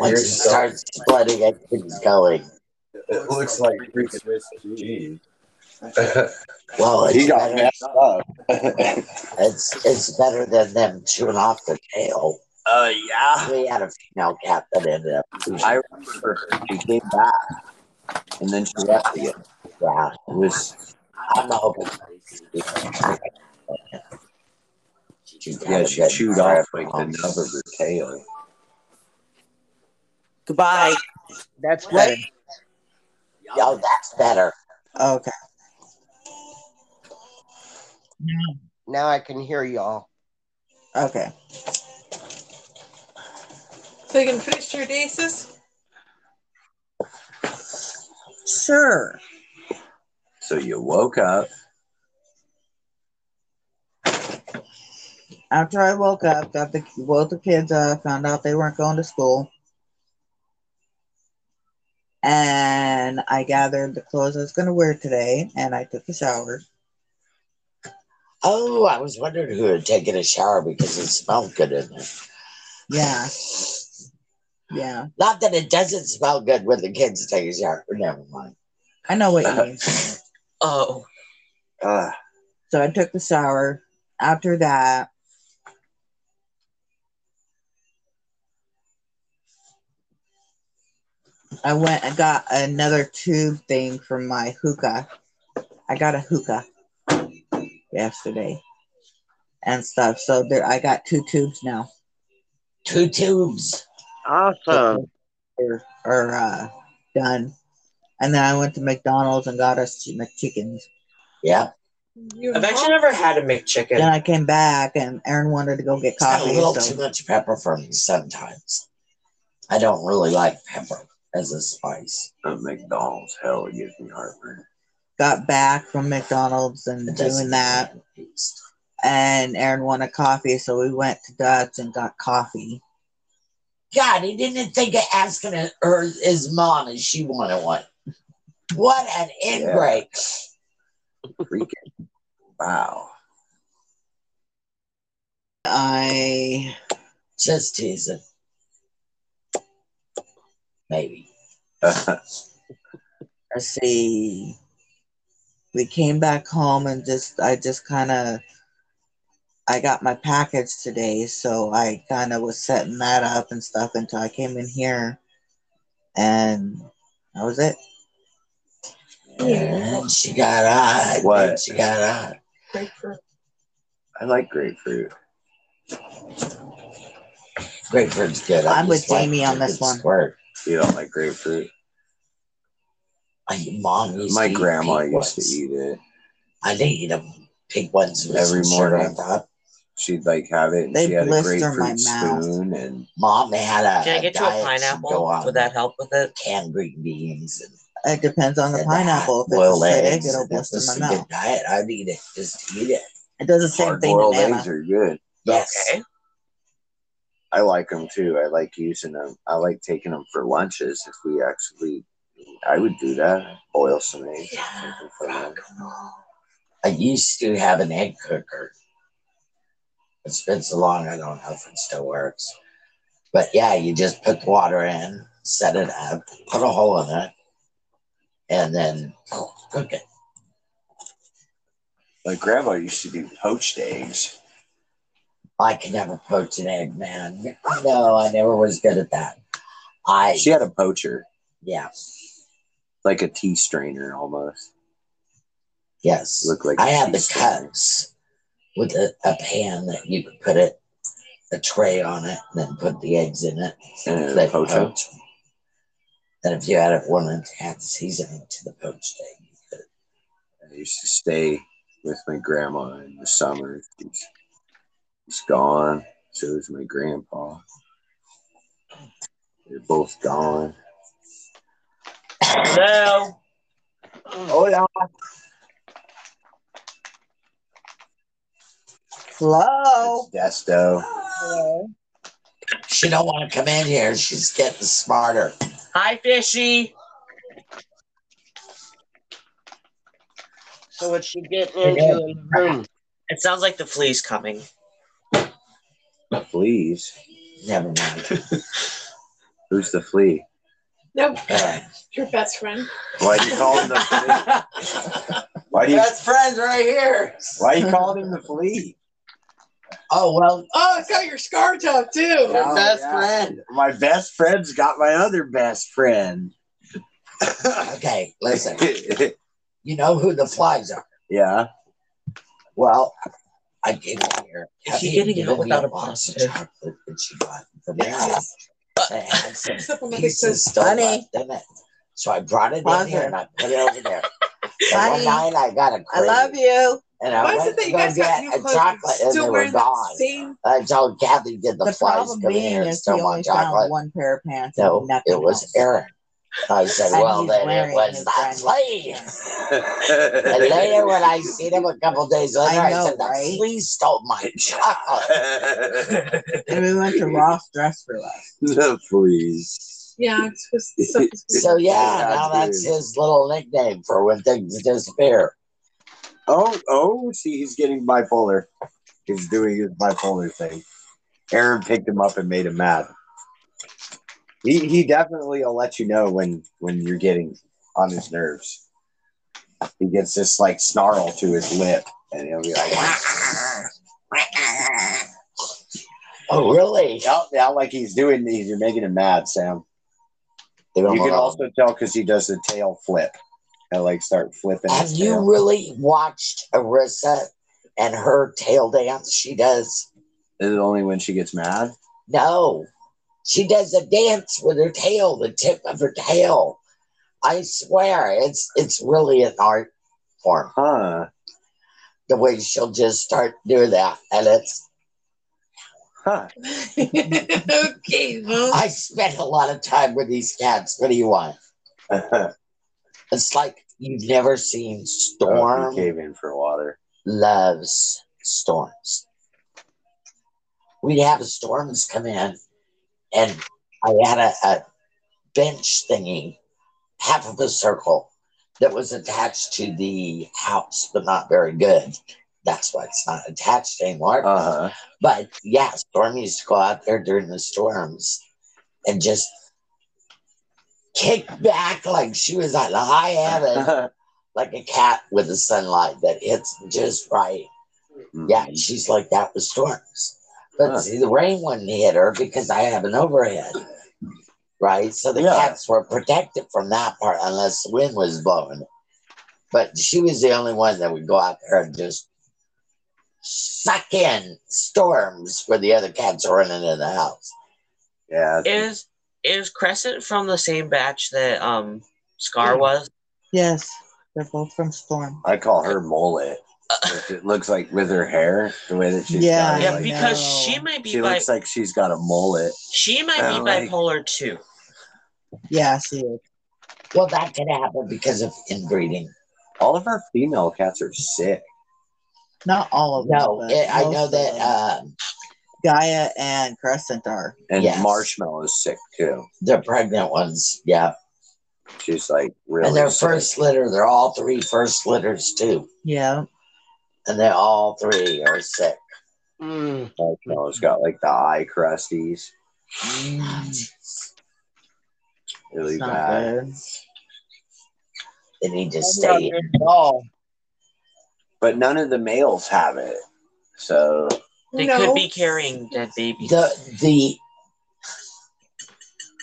Once he starts splitting it, he's going. It looks like freaking Swiss cheese. Well, it's he got better. messed up. oh It's it's better than them chewing off the tail. Oh yeah. We had a female cat that ended up. I remember she came back and then she left again. Yeah, It was I'm not hoping. yeah, she chewed off like the nub of her tail. Goodbye. That's Right. Oh, that's better. Okay. Now I can hear y'all. Okay. So you can finish your daces? Sure. So you woke up. After I woke up, got the woke the kids up, found out they weren't going to school. And I gathered the clothes I was gonna wear today and I took a shower. Oh, I was wondering who had taken a shower because it smelled good in there. Yeah. Yeah. Not that it doesn't smell good when the kids take a shower. Never mind. I know what you mean. Oh, Uh, So I took the shower. After that, I went and got another tube thing from my hookah. I got a hookah yesterday and stuff. So there, I got two tubes now. Two tubes. Awesome. Are, are uh, done. And then I went to McDonald's and got us McChickens. Yeah. You I've actually never had a McChicken. Then I came back and Aaron wanted to go get It's got a coffee. little so- too much pepper for me sometimes. I don't really like pepper as a spice. at McDonald's, hell, it gives me heartburn. got back from McDonald's and It doesn't doing that. make me taste. And Aaron wanted coffee, so we went to Dutch and got coffee. God, he didn't think of asking her, her- his mom if she wanted one. What an ingrate. Wow. I Just teasing. Maybe. let's see. We came back home and just I just kind of I got my package today, so I kind of was setting that up and stuff until I came in here, and that was it. And she got on. What? and She got on. grapefruit. I like grapefruit. Grapefruit's good. I'm with just like Jamie on this freaking one. Squirt. You don't like grapefruit? My mom used My to eat grandma pink used to ones. eat it. I didn't eat them pink ones with Every some uh, sugar morning. on top. She'd like have it. And They she had a blister my grapefruit mouth. spoon and Mom had a. can I get you a diet she'd Go pineapple? on Would that help with it? Canned green beans and It depends on the and uh, pineapple. If it's boiled a straight egg, eggs, it'll and if blister it's my a mouth. Good diet. I'd eat it. Just eat it. It does the same hard thing to boiled Nana. eggs are good. Yes. Okay. I like them too. I like using them. I like taking them for lunches. If we actually, I would do that. Boil some eggs. Yeah. take 'em for lunch. I used to have an egg cooker. It's been so long, I don't know if it still works. But yeah, you just put the water in, set it up, put a hole in it, and then cook it. My grandma used to do poached eggs. I could never poach an egg, man. No, I never was good at that. I, She had a poacher, yeah, like a tea strainer almost. yes. Looked like I a had tea the strainer. cups with a, a pan that you could put it, a tray on it, and then put the eggs in it. And They a poacher. poach. And if you had it one and half seasoning to the poached egg, you could I used to stay with my grandma in the summer. She's, she's gone. So is my grandpa. They're both gone. Hello. Oh yeah. Hello. It's Desto. Hello. She don't want to come in here. She's getting smarter. Hi, fishy. So what she getting into in the room? It sounds like the flea's coming. Please. Never mind. Who's the flea? No, Uh, your best friend. Why do you call him the flea? Why do you best friends right here. why you calling him the flea? Oh well. Oh, it's got your scar tuck too. Oh, best yeah. friend. My best friend's got my other best friend. okay, listen. You know who the flies are. yeah. Well, I gave it here. Is she getting Gave out me without a box of positive? chocolate that she got for me. I had some Supplemental pieces still Honey. left in it. So I brought it in Positive. here and I put it over there. And one Honey. night I got a I love you. And I Why is went it that to you go guys got get new a clothes? chocolate You're and they still were wearing that gone. same? I told Kathy, did the, The flies problem come in being here and is he still only want found chocolate? one pair of pants. and No, nothing it was else. Eric. I said, And well, he's then it wearing was his that brand new flea. pants. And later, when I seen him a couple days later, I, I know, said, the right? flea stole my chocolate. And we went to Ross Dress for Less. the fleas. Yeah, it's just so So, yeah, now Yeah, that's dude. his little nickname for when things disappear. Oh, oh, see, he's getting bipolar. He's doing his bipolar thing. Aaron picked him up and made him mad. He he definitely will let you know when when you're getting on his nerves. He gets this like snarl to his lip, and he'll be like, Oh, really? "Yeah, yeah," like he's doing these. You're making him mad, Sam. Leave him You can alone. also tell because he does the tail flip and like start flipping. Have his you tail. really watched Arissa and her tail dance she does? Is it only when she gets mad? No. She does a dance with her tail, the tip of her tail. I swear, it's it's really an art form. Huh? The way she'll just start doing that. And it's Huh? okay, well, I spent a lot of time with these cats. What do you want? It's like you've never seen oh, Storm he came in for water. loves storms. We'd have storms come in, and I had a, a bench thingy, half of a circle, that was attached to the house, but not very good. That's why it's not attached anymore. Uh huh. but yeah, Storm used to go out there during the storms and just kick back like she was on high heaven, like a cat with the sunlight that hits just right. Mm, Yeah, she's like that with storms. But Huh. see, the rain wouldn't hit her because I have an overhead, right? So the Yeah. cats were protected from that part unless the wind was blowing. But she was the only one that would go out there and just suck in storms where the other cats are running in the house. Yeah. Is is Crescent from the same batch that um Scar was? Yes, they're both from Storm. I call her mullet. It looks like with her hair, the way that she's Yeah, got it, Yeah, like, because know. she might be she bi- looks like she's got a mullet. she might I be like- bipolar too. Yeah, she is. Well, that could happen because of inbreeding. All of our female cats are sick. Not all of them. No, but it, I most know of that. them. Uh, Gaia and Crescent are. And Yes. Marshmallow is sick too. the pregnant ones, yeah, She's like really and their sick. first litter, they're all three first litters too, Yeah. and they all three are sick. Mm. Marshmallow's got like the eye crusties. Really It's not bad. good. They need to Not stay. good at all. But none of the males have it. So They no. could be carrying dead babies. the the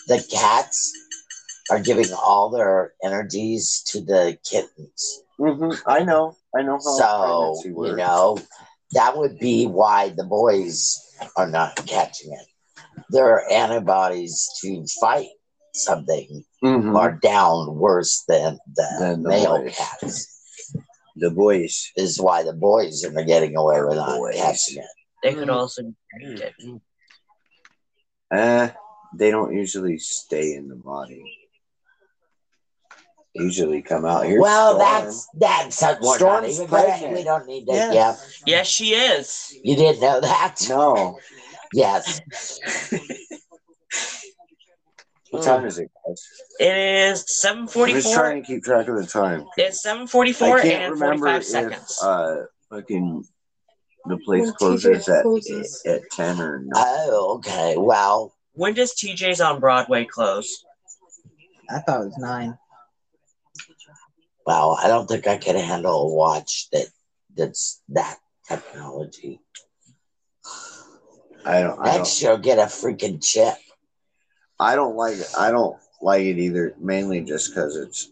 the cats are giving all their energies to the kittens. Mhm, I know. I know how So, pregnancy you works. know, that would be why the boys are not catching it. Their antibodies to fight something Mhm. are down worse than the Than the male boys. cats, the boys. is why the boys are getting away with not Boys. catching it. They could also be carrying dead. Hmm. Uh, they don't usually stay in the body. They usually come out here. well, that's that's a, we're not Storm's even pregnant. we don't need to. Yes. Yeah, Yes, she is. you didn't know that. no. Yes, What time is it, guys? It is I'm just 744. trying to keep track of the time. It's I 744 can't and remember 45 if seconds. uh fucking the place When closes TJ at closes. at ten or not. Oh, okay. Well, when does TJ's on Broadway close? I thought it was nine. well, I don't think I can handle a watch that that's that technology. I don't. I Next don't. year, I'll get a freaking chip. I don't like it. I don't like it either. Mainly just because it's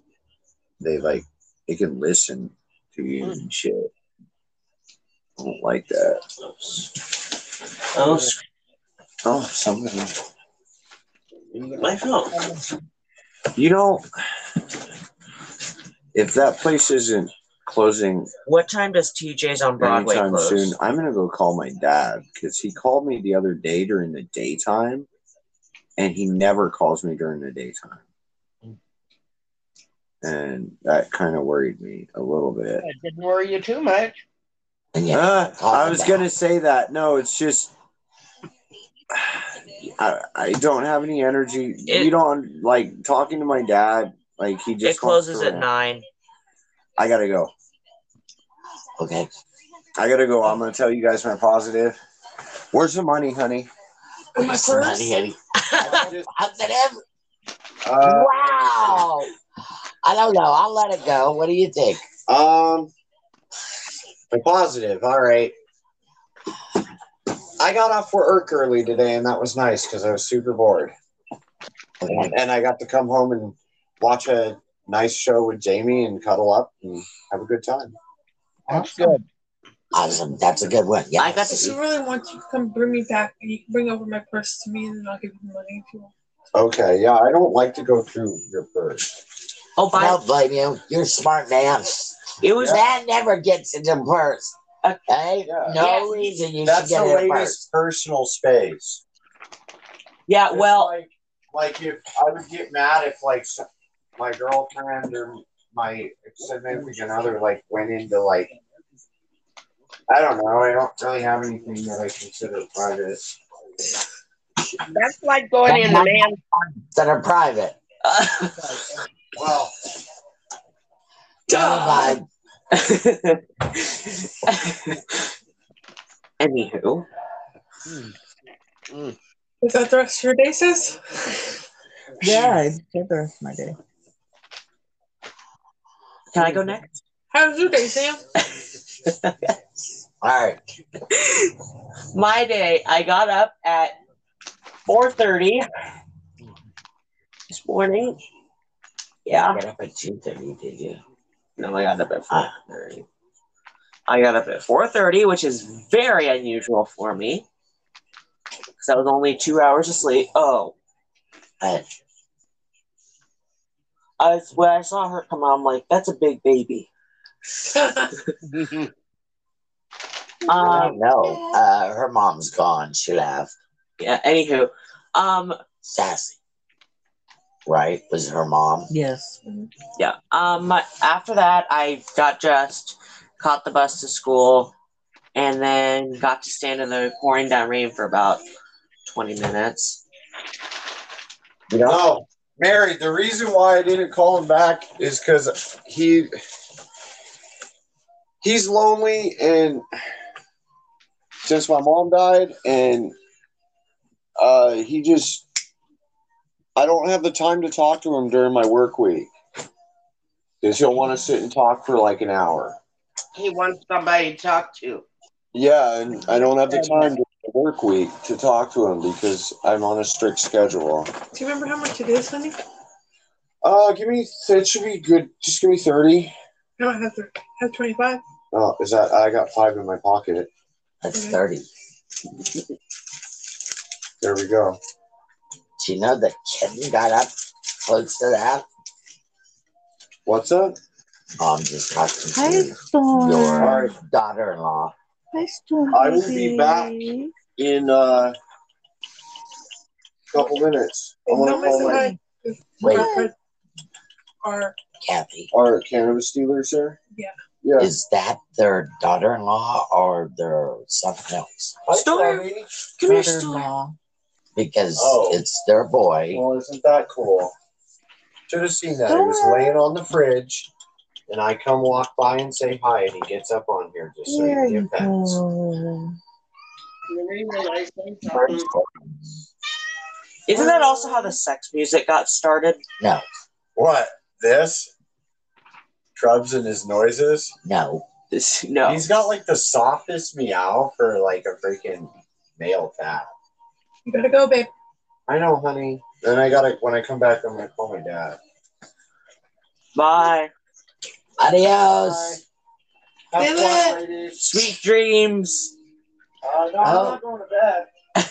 they like they can listen to Hmm. you and shit. I don't like that. Oh, Oh, something. my phone. You know, if that place isn't closing What time does TJ's on Broadway anytime close? soon, I'm gonna go call my dad because he called me the other day during the daytime, and he never calls me during the daytime, and that kind of worried me a little bit. It didn't worry you too much. And yeah, Uh, call I them was back. gonna say that. No, it's just I, I don't have any energy. It- you don't like talking to my dad. Like he It just wants closes to at rant. 9. I gotta go. okay. I gotta go. I'm gonna tell you guys my positive. Where's the money, honey? In my Put some money purse. in. Positive. Uh, wow. I don't know. I'll let it go. What do you think? Um, I'm positive. All right. I got off work early today, and that was nice because I was super bored. Okay. and I got to come home and watch a nice show with Jamie and cuddle up and have a good time. That's good. Awesome. That's a good one. Yeah. I got to If you really want you to come bring me back, you can bring over my purse to me and then I'll give you money if you want. Okay, yeah, I don't like to go through your purse. I Oh, by don't blame you. You're a smart man. it was That never gets into the purse. Okay. Yeah. No reason you That's should the get it in a purse. latest personal space. yeah. It's Well, like, like if I would get mad if like s- my girlfriend or my significant other like went into like I don't know. I don't really have anything that I consider private. That's like going in the man. That are private. Well, Never mind. anywho, Is that the rest of your day, sis? Yeah, I did the rest of my day. can I go next? How was your day, Sam? All right. My day. I got up at 4:30 this morning. Yeah. Uh, Get up at 2.30, did you? No, I got up at four thirty. I got up at four thirty, which is very unusual for me. Because I was only two hours of sleep. Oh, Uh, I was, when I saw her come out, I'm like, "That's a big baby." I Um, don't know. Uh, her mom's gone. She left. yeah. Anywho, um, Sassy. Right? Was her mom. Yes. yeah. Um, after that, I got dressed, caught the bus to school, and then got to stand in the pouring down rain for about twenty minutes. You know? Oh, Mary, the reason why I didn't call him back is because he he's lonely and since my mom died and uh he just I don't have the time to talk to him during my work week. Because he'll want to sit and talk for like an hour. He wants somebody to talk to. Yeah, and I don't have the time during the work week to talk to him because I'm on a strict schedule. Do you remember how much it is, honey? Uh give me it should be good. Just give me thirty. No, I have, th- I have 25. Oh, is that I got five in my pocket? That's 30. There we go. Do you know the kitten got up close to that? What's up? Oh, I'm just talking to Hi, Storm. your daughter-in-law. Hi, Storm. I will be back in uh, a couple minutes. I want to No, call Miss my Hi. Wait, Or Kathy, our cannabis dealer, sir. Yeah. Yeah. is that their daughter-in-law or their something else? Storm, come here, Storm. Daughter-in-law. because Oh. it's their boy. Well, isn't that cool? Should have seen that. He Ah. was laying on the fridge, and I come walk by and say hi, and he gets up on here just so There you you get pets. go. Isn't that also how the sex music got started? No, What? This? Trubs and his noises? no. This, no. He's got like the softest meow for like a freaking male cat. You gotta go, babe. I know, honey. Then I gotta when I come back, I'm gonna call my dad. Bye. Adios. Have Damn fun, ladies. Sweet dreams. Uh, Oh. no, I'm not going to bed.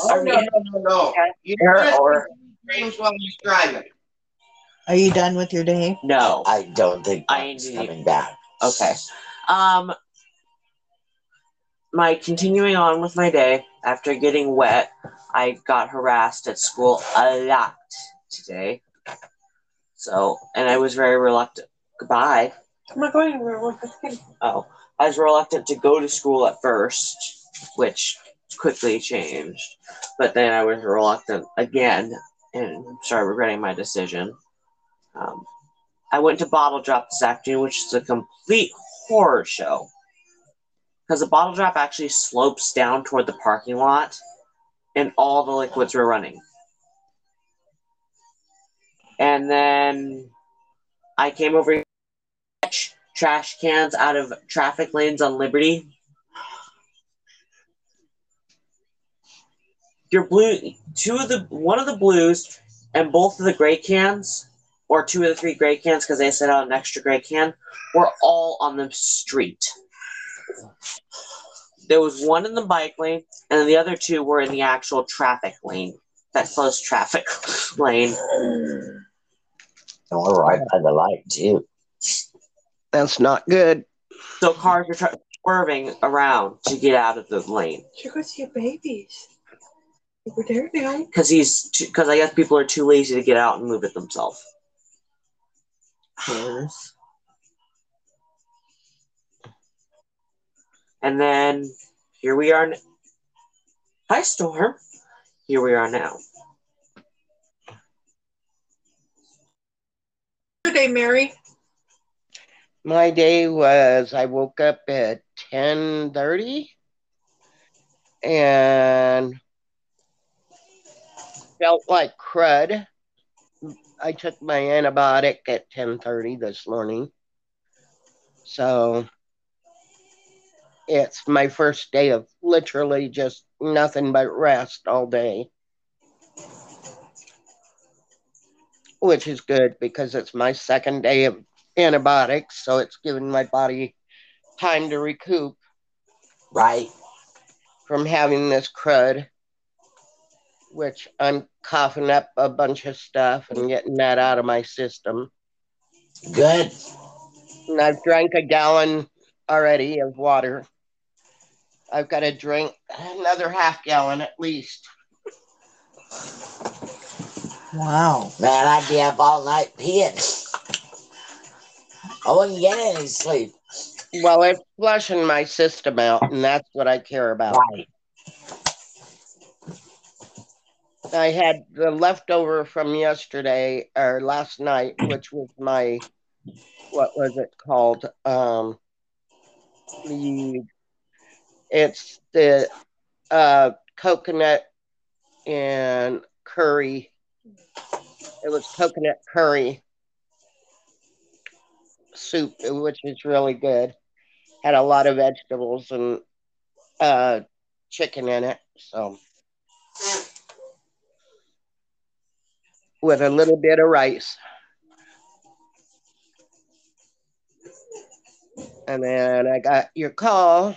Oh, no, no, no, no. You Or, just or dreams while you're driving. Are you done with your day? no. I don't think Oh. I Bob's indeed- coming back. Okay. Um, my continuing on with my day after getting wet, I got harassed at school a lot today. So, and I was very reluctant. Goodbye. I'm not going anywhere. We're just- Oh, I was reluctant to go to school at first, which quickly changed. But then I was reluctant again and started regretting my decision. Um, I went to Bottle Drop this afternoon, which is a complete horror show. Because the bottle drop actually slopes down toward the parking lot, and all the liquids were running. And then I came over catch trash cans out of traffic lanes on Liberty. Your blue, two of the one of the blues and both of the gray cans, or two of the three gray cans because they sent out an extra gray can, were all on the street. There was one in the bike lane, and then the other two were in the actual traffic lane, that close traffic lane. And we're right by the light too. That's not good. So cars were tr- swerving around to get out of the lane. You're going to see your babies. Over there now. because he's because I guess people are too lazy to get out and move it themselves. Cheers. And then here we are. n- Hi, Storm. Here we are now. Good day, Mary. My day was I woke up at 10:30 and felt like crud. I took my antibiotic at 10:30 this morning. So it's my first day of literally just nothing but rest all day. Which is good because it's my second day of antibiotics, so it's giving my body time to recoup Right? from having this crud, which I'm coughing up a bunch of stuff and getting that out of my system. Good. And I've drank a gallon already of water. I've got to drink another half gallon at least. Wow. Man, I'd be up all night peeing. I wouldn't get any sleep. Well, it's flushing my system out, and that's what I care about. Right. I had the leftover from yesterday or last night, which was my what was it called? Um, the it's the uh, coconut and curry. It was coconut curry soup, which is really good. Had a lot of vegetables and uh, chicken in it, so with a little bit of rice. And then I got your call.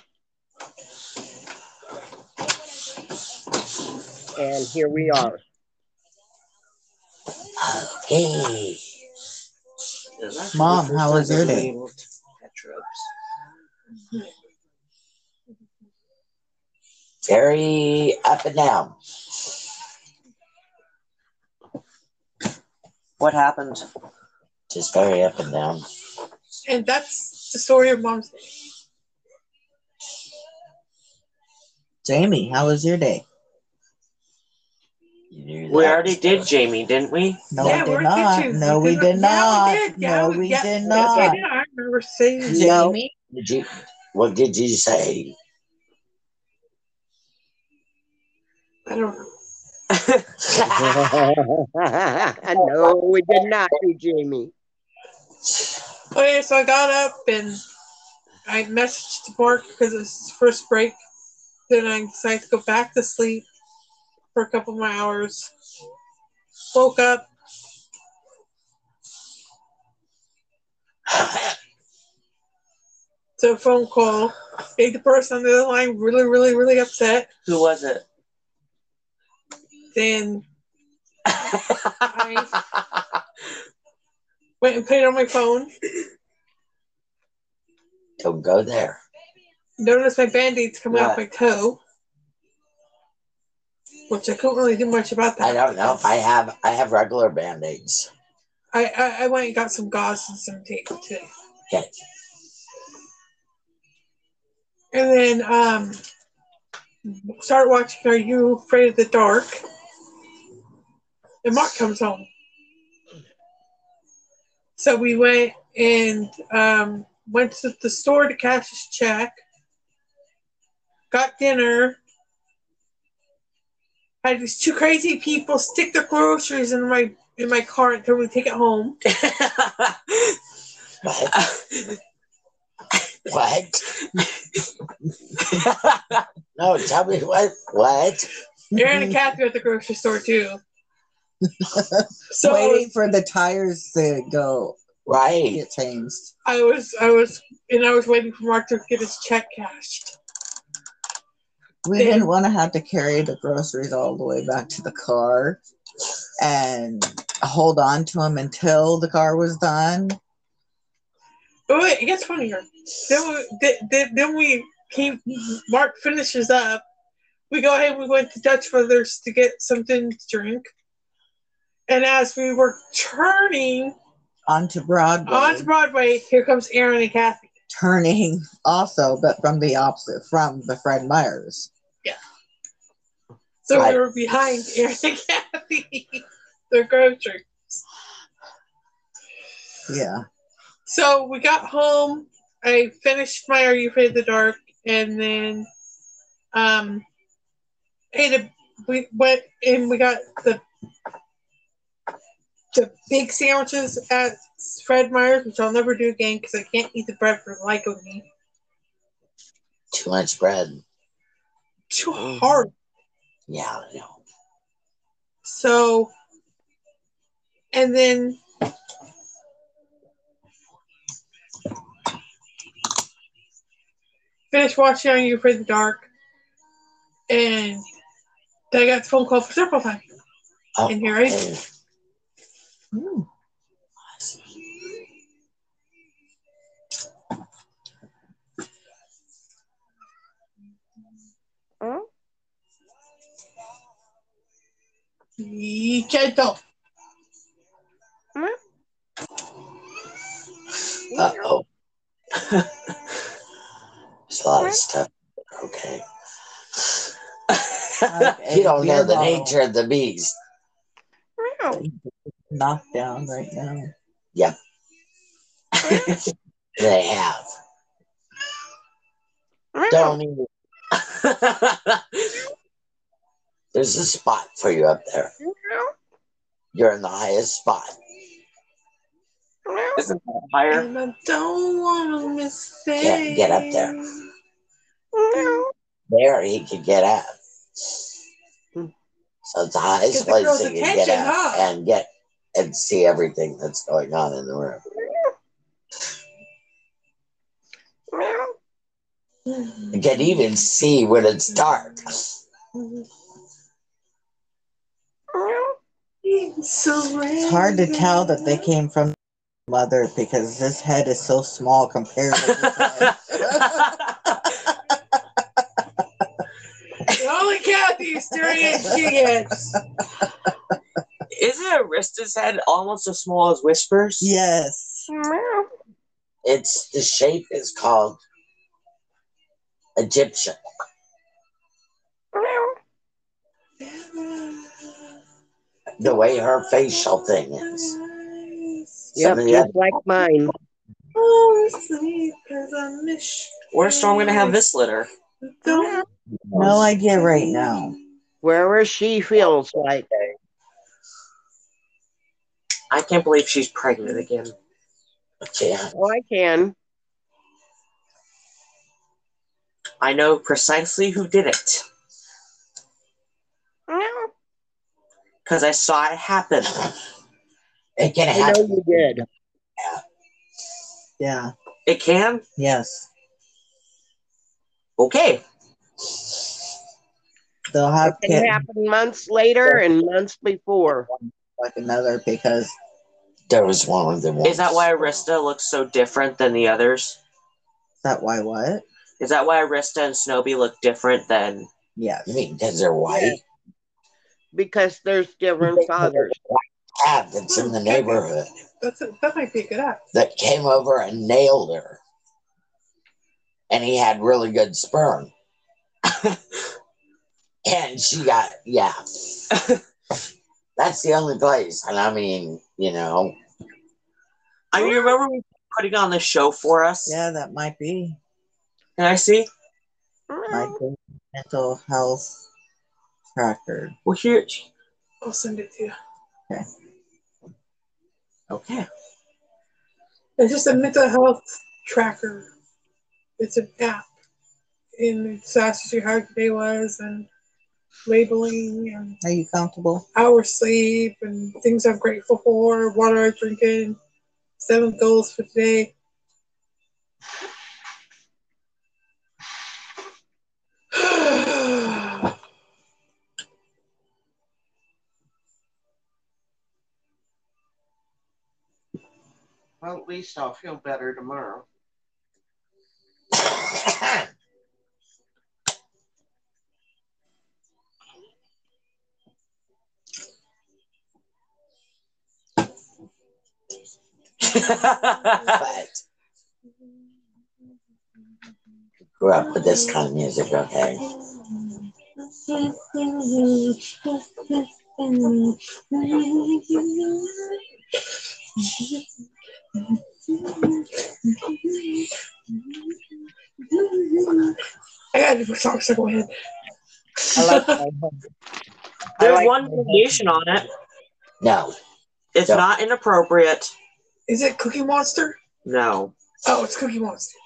And here we are. Hey. Mom, how was your day? Very up and down. What happened? Just very up and down. And that's the story of mom's day. Jamie, how was your day? do that. We already did Jamie, didn't we? No, yeah, we we're did not. kitchen. No, we did not. Yeah, we did. Yeah, No, we, we yeah, did Yes, not. we did. I remember seeing you. Jamie, Did you, what did you say? I don't know. no, we did not do Jamie. Okay, Oh, so I got up and I messaged Mark because it was his first break. Then I decided to go back to sleep for a couple more hours. Woke up. To a phone call, made the person on the other line really, really, really upset. Who was it? Then I went and put it on my phone. Don't go there. Noticed my band-aids coming What? off my toe. Which I couldn't really do much about I that. don't know. I have I have regular band aids. I, I, I went and got some gauze and some tape too. Okay. And then um start watching Are You Afraid of the Dark? And Mark comes home. So we went and um, went to the store to cash his check, got dinner. Had these two crazy people stick their groceries in my in my car and told me to take it home. What? what? no, tell me what what? Aaron and Kathy were at the grocery store too. so I was, waiting for the tires to go Right. get changed. I was, I was, and I was waiting for Mark to get his check cashed. We Then- didn't want to have to carry the groceries all the way back to the car and hold on to them until the car was done. But Oh, wait, it gets funnier. Then we, th- th- then we came. Mark finishes up. We go ahead. We went to Dutch Brothers to get something to drink. And as we were turning Onto Broadway. onto Broadway, here comes Aaron and Kathy. turning also, but from the opposite, from the Fred Meyers. So Right. we were behind Aaron and Kathy. Their grocery. Yeah. So we got home. I finished my Are You Afraid of the Dark? And then um, ate a, we went and we got the the big sandwiches at Fred Meyer's, which I'll never do again because I can't eat the bread for the life of me. Too much bread. Too hard. Yeah, I know. So, and then finished watching Are You Afraid of the Dark? And then I got the phone call for circle time. Oh, And here I am. and Hmm. Ooh. You can't tell. Uh-oh. There's a lot of stuff. Okay. Like a you don't know beer the bottle nature of the beast. knocked down right now. They have. Don't even. There's a spot for you up there. You're in the highest spot. Isn't that higher? And I don't want to miss it. Can't get up there. There he could get up. Hmm. So it's the highest Get the place girl's he can get attention, up huh? and get and see everything that's going on in the room. You can even see when it's dark. It's hard to tell that they came from mother because this head is so small compared to this head. Only Kathy is staring at kids. Isn't Arista's head almost as small as Whispers? Yes. It's the shape is called Egyptian. the way her facial thing is. Yep, Some of the just like mine. Where's Storm gonna have this litter? No idea right now. Wherever she feels like. I can't believe she's pregnant again. Yeah. Oh, I can. I know precisely who did it because I saw it happen. It can I know happen. you did. Yeah. It can? Yes. Okay. They'll It have can kid, happen months later and months before. like another because There was one of the ones. Is that why Arista looks so different than the others? that why what? Is that why Arista and Snowy look different than Yes. You mean because they're white? Because there's different fathers. Cat that's in the neighborhood That's a, that might be a good app. that came over and nailed her. And he had really good sperm. and she got, yeah. That's the only place. And I mean, you know, I remember we putting on the show for us. Yeah, that might be. Can I see? Might be mental health tracker. Well, here. I'll send it to you. Okay. It's just a mental health tracker. It's an app. And it asks you how your day was and labeling and Are you comfortable? hour sleep and things I'm grateful for, water I'm drinking, seven goals for today. Well, at least I'll feel better tomorrow. but grew up with this kind of music, okay? I gotta do my song so go ahead. I like my husband. I There's like one my variation on it. No, It's Yeah. not inappropriate. Is it Cookie Monster? No. Oh, it's Cookie Monster.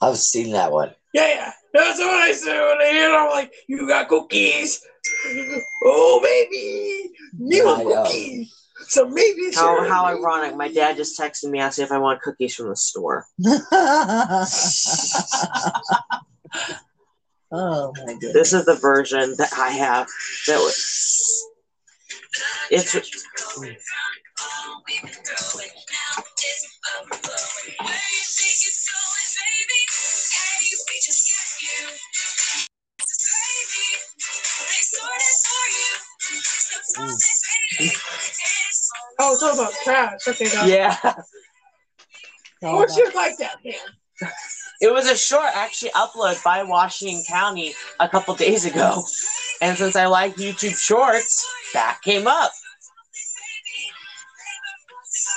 I've seen that one. Yeah, yeah. That's what I said when I hear it. I'm like, you got cookies. Oh, baby. You I want know. cookies. So maybe How, sure, how maybe. ironic. My dad just texted me asking if I want cookies from the store. oh my goodness. This is the version that I have. That was. It's Oh, it's all about trash. Okay, guys. yeah. Of course you like that, man. It was a short actually upload by Washington County a couple days ago, and since I like YouTube Shorts, that came up.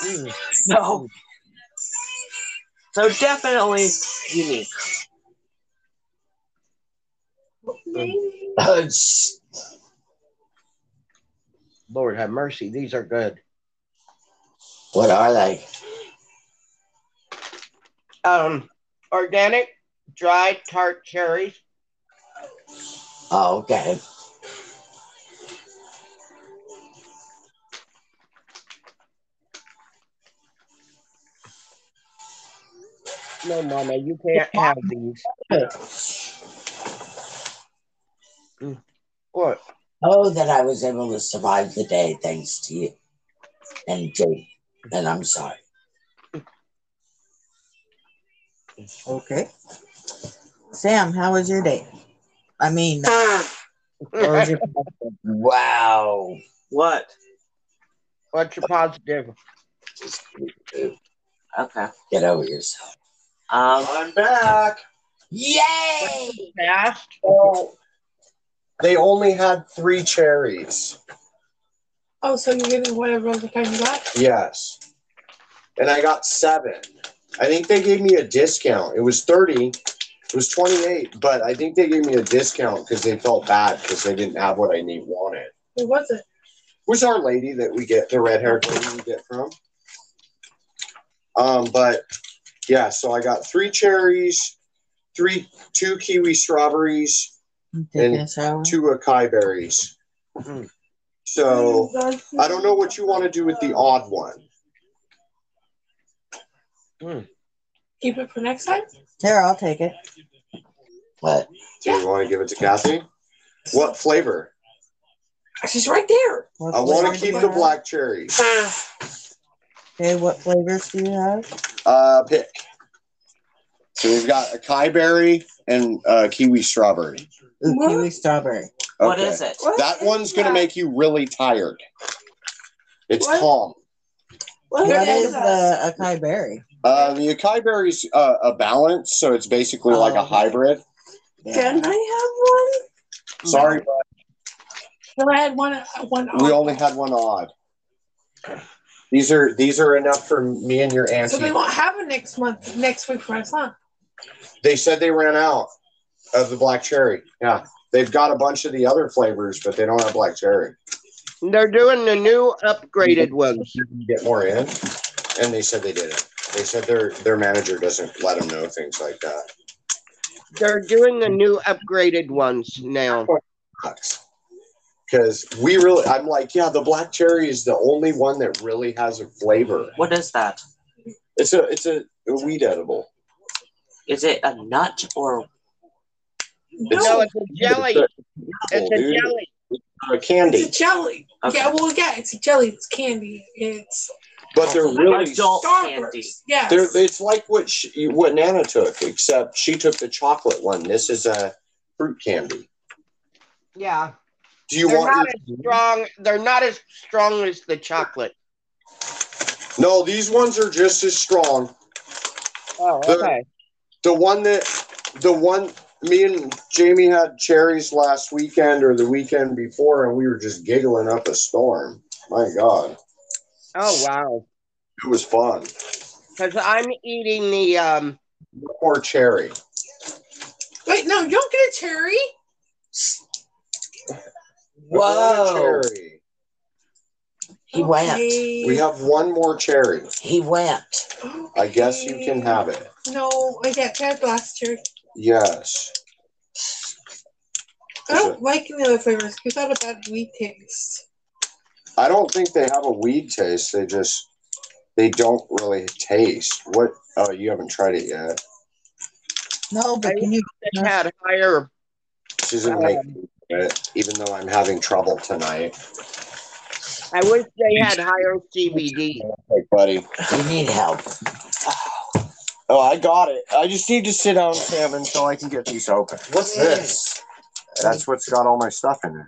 Hmm. So, so definitely unique. Oh, sh- Lord have mercy. These are good. what are they? Um, Organic, dried tart cherries. Oh, okay. no, Mama, you can't have these. Mm. What? Oh, that I was able to survive the day thanks to you and Jake. And I'm sorry. Okay. Sam, how was your day? I mean, how was What's your Wow. What? your positive? Okay. Get over yourself. Um, I'm back. Yay! Fast? Oh, they only had three cherries. Oh, so you're getting whatever other time you got? Yes. And I got seven. I think they gave me a discount. It was 30, it was 28, but I think they gave me a discount because they felt bad because they didn't have what I need wanted. It wasn't. Who's our lady that we get, the red haired lady we get from? Um, but yeah, so I got three cherries, three, two kiwi strawberries, Taking a shower. two acai berries. So I don't know what you want to do with the odd one. Keep it for next time? Here, I'll take it. But Do you want to give it to Kathy? What flavor? She's right there. What I want to flavors do keep you the have? black cherry. Ah, Okay, what flavors do you have? Uh, pick. So we've got acai berry and uh, kiwi strawberry. Ooh, What? kiwi strawberry. What Okay. is it? what That is one's gonna that? make you really tired. It's What? calm. What What is is that? the acai berry? Uh, the acai berry's uh, a balance, so it's basically like Oh, a okay. hybrid. Can I have one? Sorry, No, I had one. uh, one but we only had one odd. These are these are enough for me and your So auntie. they won't have it next month, next week for us, huh? They said they ran out of the black cherry. Yeah, they've got a bunch of the other flavors, but they don't have black cherry. They're doing the new upgraded ones. You can get more in, and they said they didn't. They said their their manager doesn't let them know things like that. They're doing the new upgraded ones now. Because we really, I'm like, yeah, the black cherry is the only one that really has a flavor. What is that? It's a it's a, a weed edible. Is it a nut or No, No, it's a jelly. It's It's a jelly. a, a candy, it's a jelly. Okay. Yeah, well, yeah, it's a jelly. It's candy. It's but they're really adult Oh, candy? Starburst. Yes. they're it's like what she, what Nana took, except she took the chocolate one. This is a fruit candy. yeah, Do you they're want? not your- as strong. They're not as strong as the chocolate. no, these ones are just as strong. Oh, They're- okay. The one that the one me and Jamie had cherries last weekend or the weekend before, and we were just giggling up a storm. My God, Oh, wow. it was fun. Because I'm eating the um. Or cherry. Wait, no, you don't get a cherry. Whoa! Cherry. He went. Okay. We have one more cherry. He went. I guess you can have it. No, I can't have last cherry. Yes. I don't like any other flavors. It's not a bad wheat taste. I don't think they have a weed taste. They just they don't really taste. What? Oh, you haven't tried it yet. No, but I- can you? They had higher. um, She's gonna make me try it, even though I'm having trouble tonight. I wish they had higher CBD. Hey, buddy. You need help. Oh, I got it. I just need to sit down, Sam, until I can get these open. What's this? That's what's got all my stuff in it.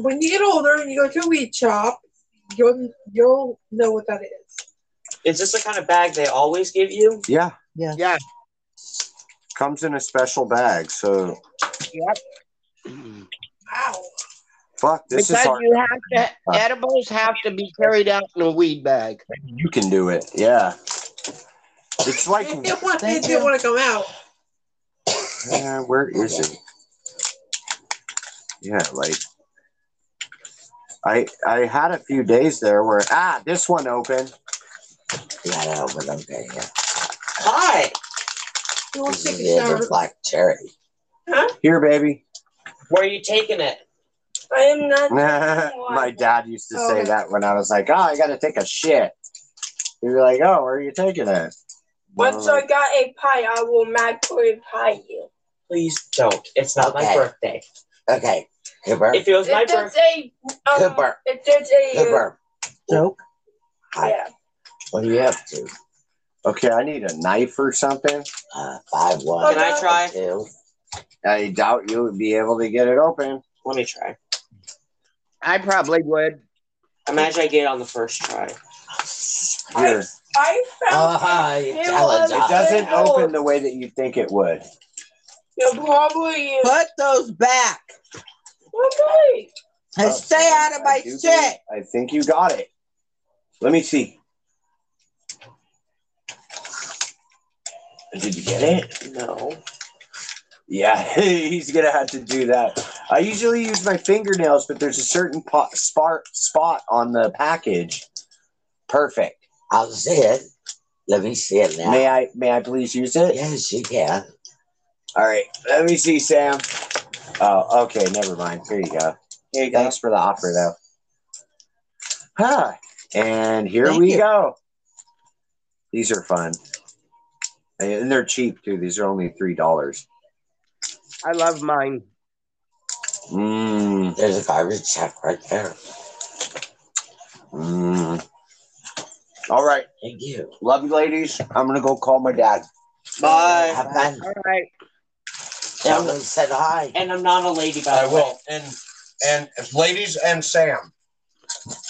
When you get older and you go to a wheat shop, you'll you'll know what that is. Is this the kind of bag they always give you? Yeah, Yeah. comes in a special bag. So Wow. fuck, this is because hard. you have to edibles have to be carried out in a weed bag. You can do it. Yeah, it's like It didn't want, it Thank didn't you. want to come out. uh, where is it? Yeah, like I I had a few days there where ah this one opened. You got it open. Okay, yeah. Hi. You want to This is take a the shower? other black cherry. Here, baby. Where are you taking it? I am not. My dad used to say Okay. that when I was like, oh, I gotta take a shit. He'd be like, oh, where are you taking it? Once I got a pie, I will magpie pie you. Please don't. It's not my Okay. birthday. Okay, Cooper. If it was my If birthday, there's a um, Cooper. if there's a uh, Cooper. Joke. Hi. yeah, What do you have to? Okay, I need a knife or something. Uh, five one. Can I try? Two. I doubt you would be able to get it open. let me try. I probably would. Imagine I get it on the first try. Here. I Oh, found Uh-huh. hi, It intelligent. It doesn't Oh. open the way that you think it would. you're probably Put those back. okay. And Uh, Oh, stay out of my I do shit. believe- I think you got it. Let me see. Did you get it? No. Yeah, he's gonna have to do that. I usually use my fingernails, but there's a certain pot, spot spot on the package. Perfect. I'll see it. Let me see it now. May I may I please use it? Yes, you can. All right. Let me see, Sam. Oh, okay. Never mind. Here you go. Here you go. Thanks for the offer, though. Huh. And here Thank we you. go. These are fun. And they're cheap, too. These are only $3. I love mine. Mmm. There's a garbage sack right there. Mmm. All right. Thank you. Love you, ladies. I'm going to go call my dad. Bye. Have fun. All right. Tell them I said hi. And I'm not a lady, by I the way. will. And and ladies and Sam.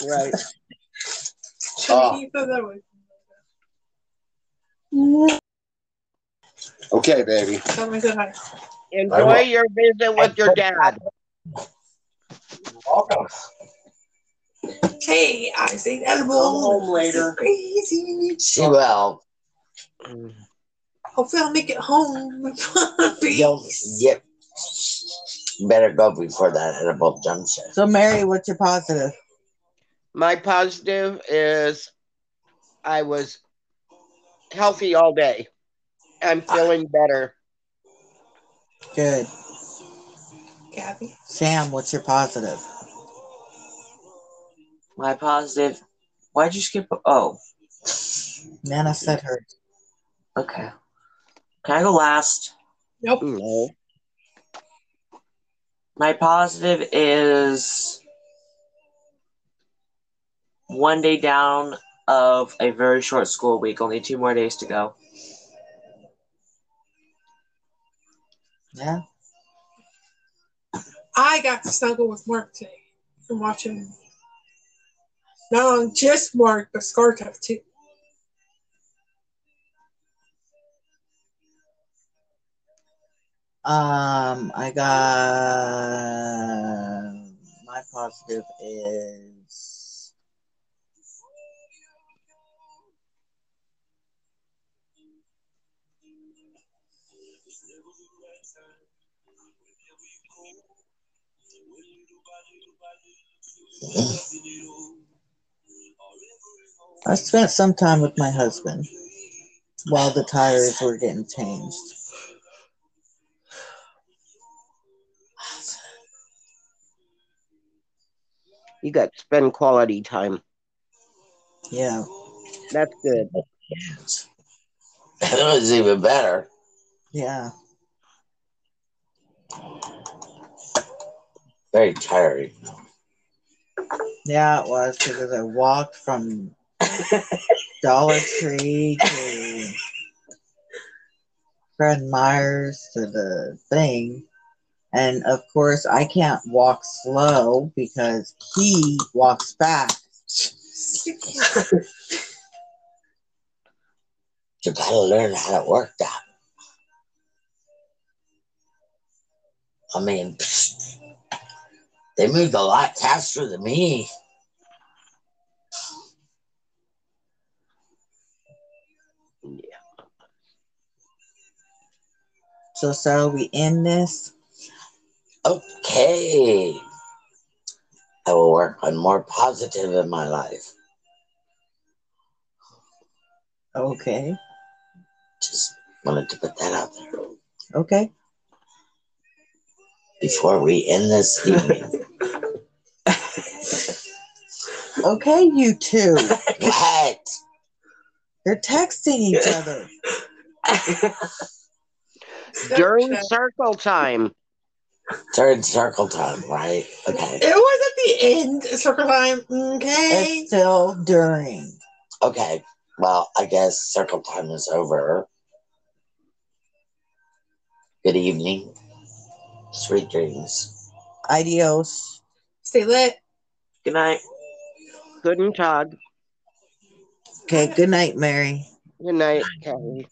Right. Should Oh. we go that way? Mm. Okay, baby. Tell me good hi. Enjoy will. your visit with your dad. Welcome. Hey, I say edible. Come home later. Crazy. She will. Hopefully, I'll make it home. You'll yep. Better go before that edible jumps in. So, Mary, what's your positive? My positive is I was healthy all day. I'm feeling better. Good. Gabby. Sam, what's your positive? My positive. Why'd you skip? Oh, Nana said her. okay. Can I go last? Nope. No. My positive is one day down of a very short school week, only two more days to go. Yeah. I got to snuggle with Mark today. I'm watching not on just Mark, but ScarTuff too. Um, I got my positive is I spent some time with my husband while the tires were getting changed. You got to spend quality time. Yeah. That's good. It was even better. Yeah. Very tiring. Yeah, it was because I walked from Dollar Tree to Fred Meyer's to the thing. And of course, I can't walk slow because he walks fast. You gotta learn how to work that. I mean, they moved a lot faster than me. So, so we end this. Okay. I will work on more positive in my life. Okay. Just wanted to put that out there Okay. before we end this evening. Okay, you two. what? You're texting each other. During Snapchat. circle time. Third circle time, right? Okay. It was at the end of circle time. Okay. It's still during. Okay. Well, I guess circle time is over. Good evening. Sweet dreams. Adios. Stay lit. Good night. Good and Todd. Okay, good night, Mary. Good night, Kelly.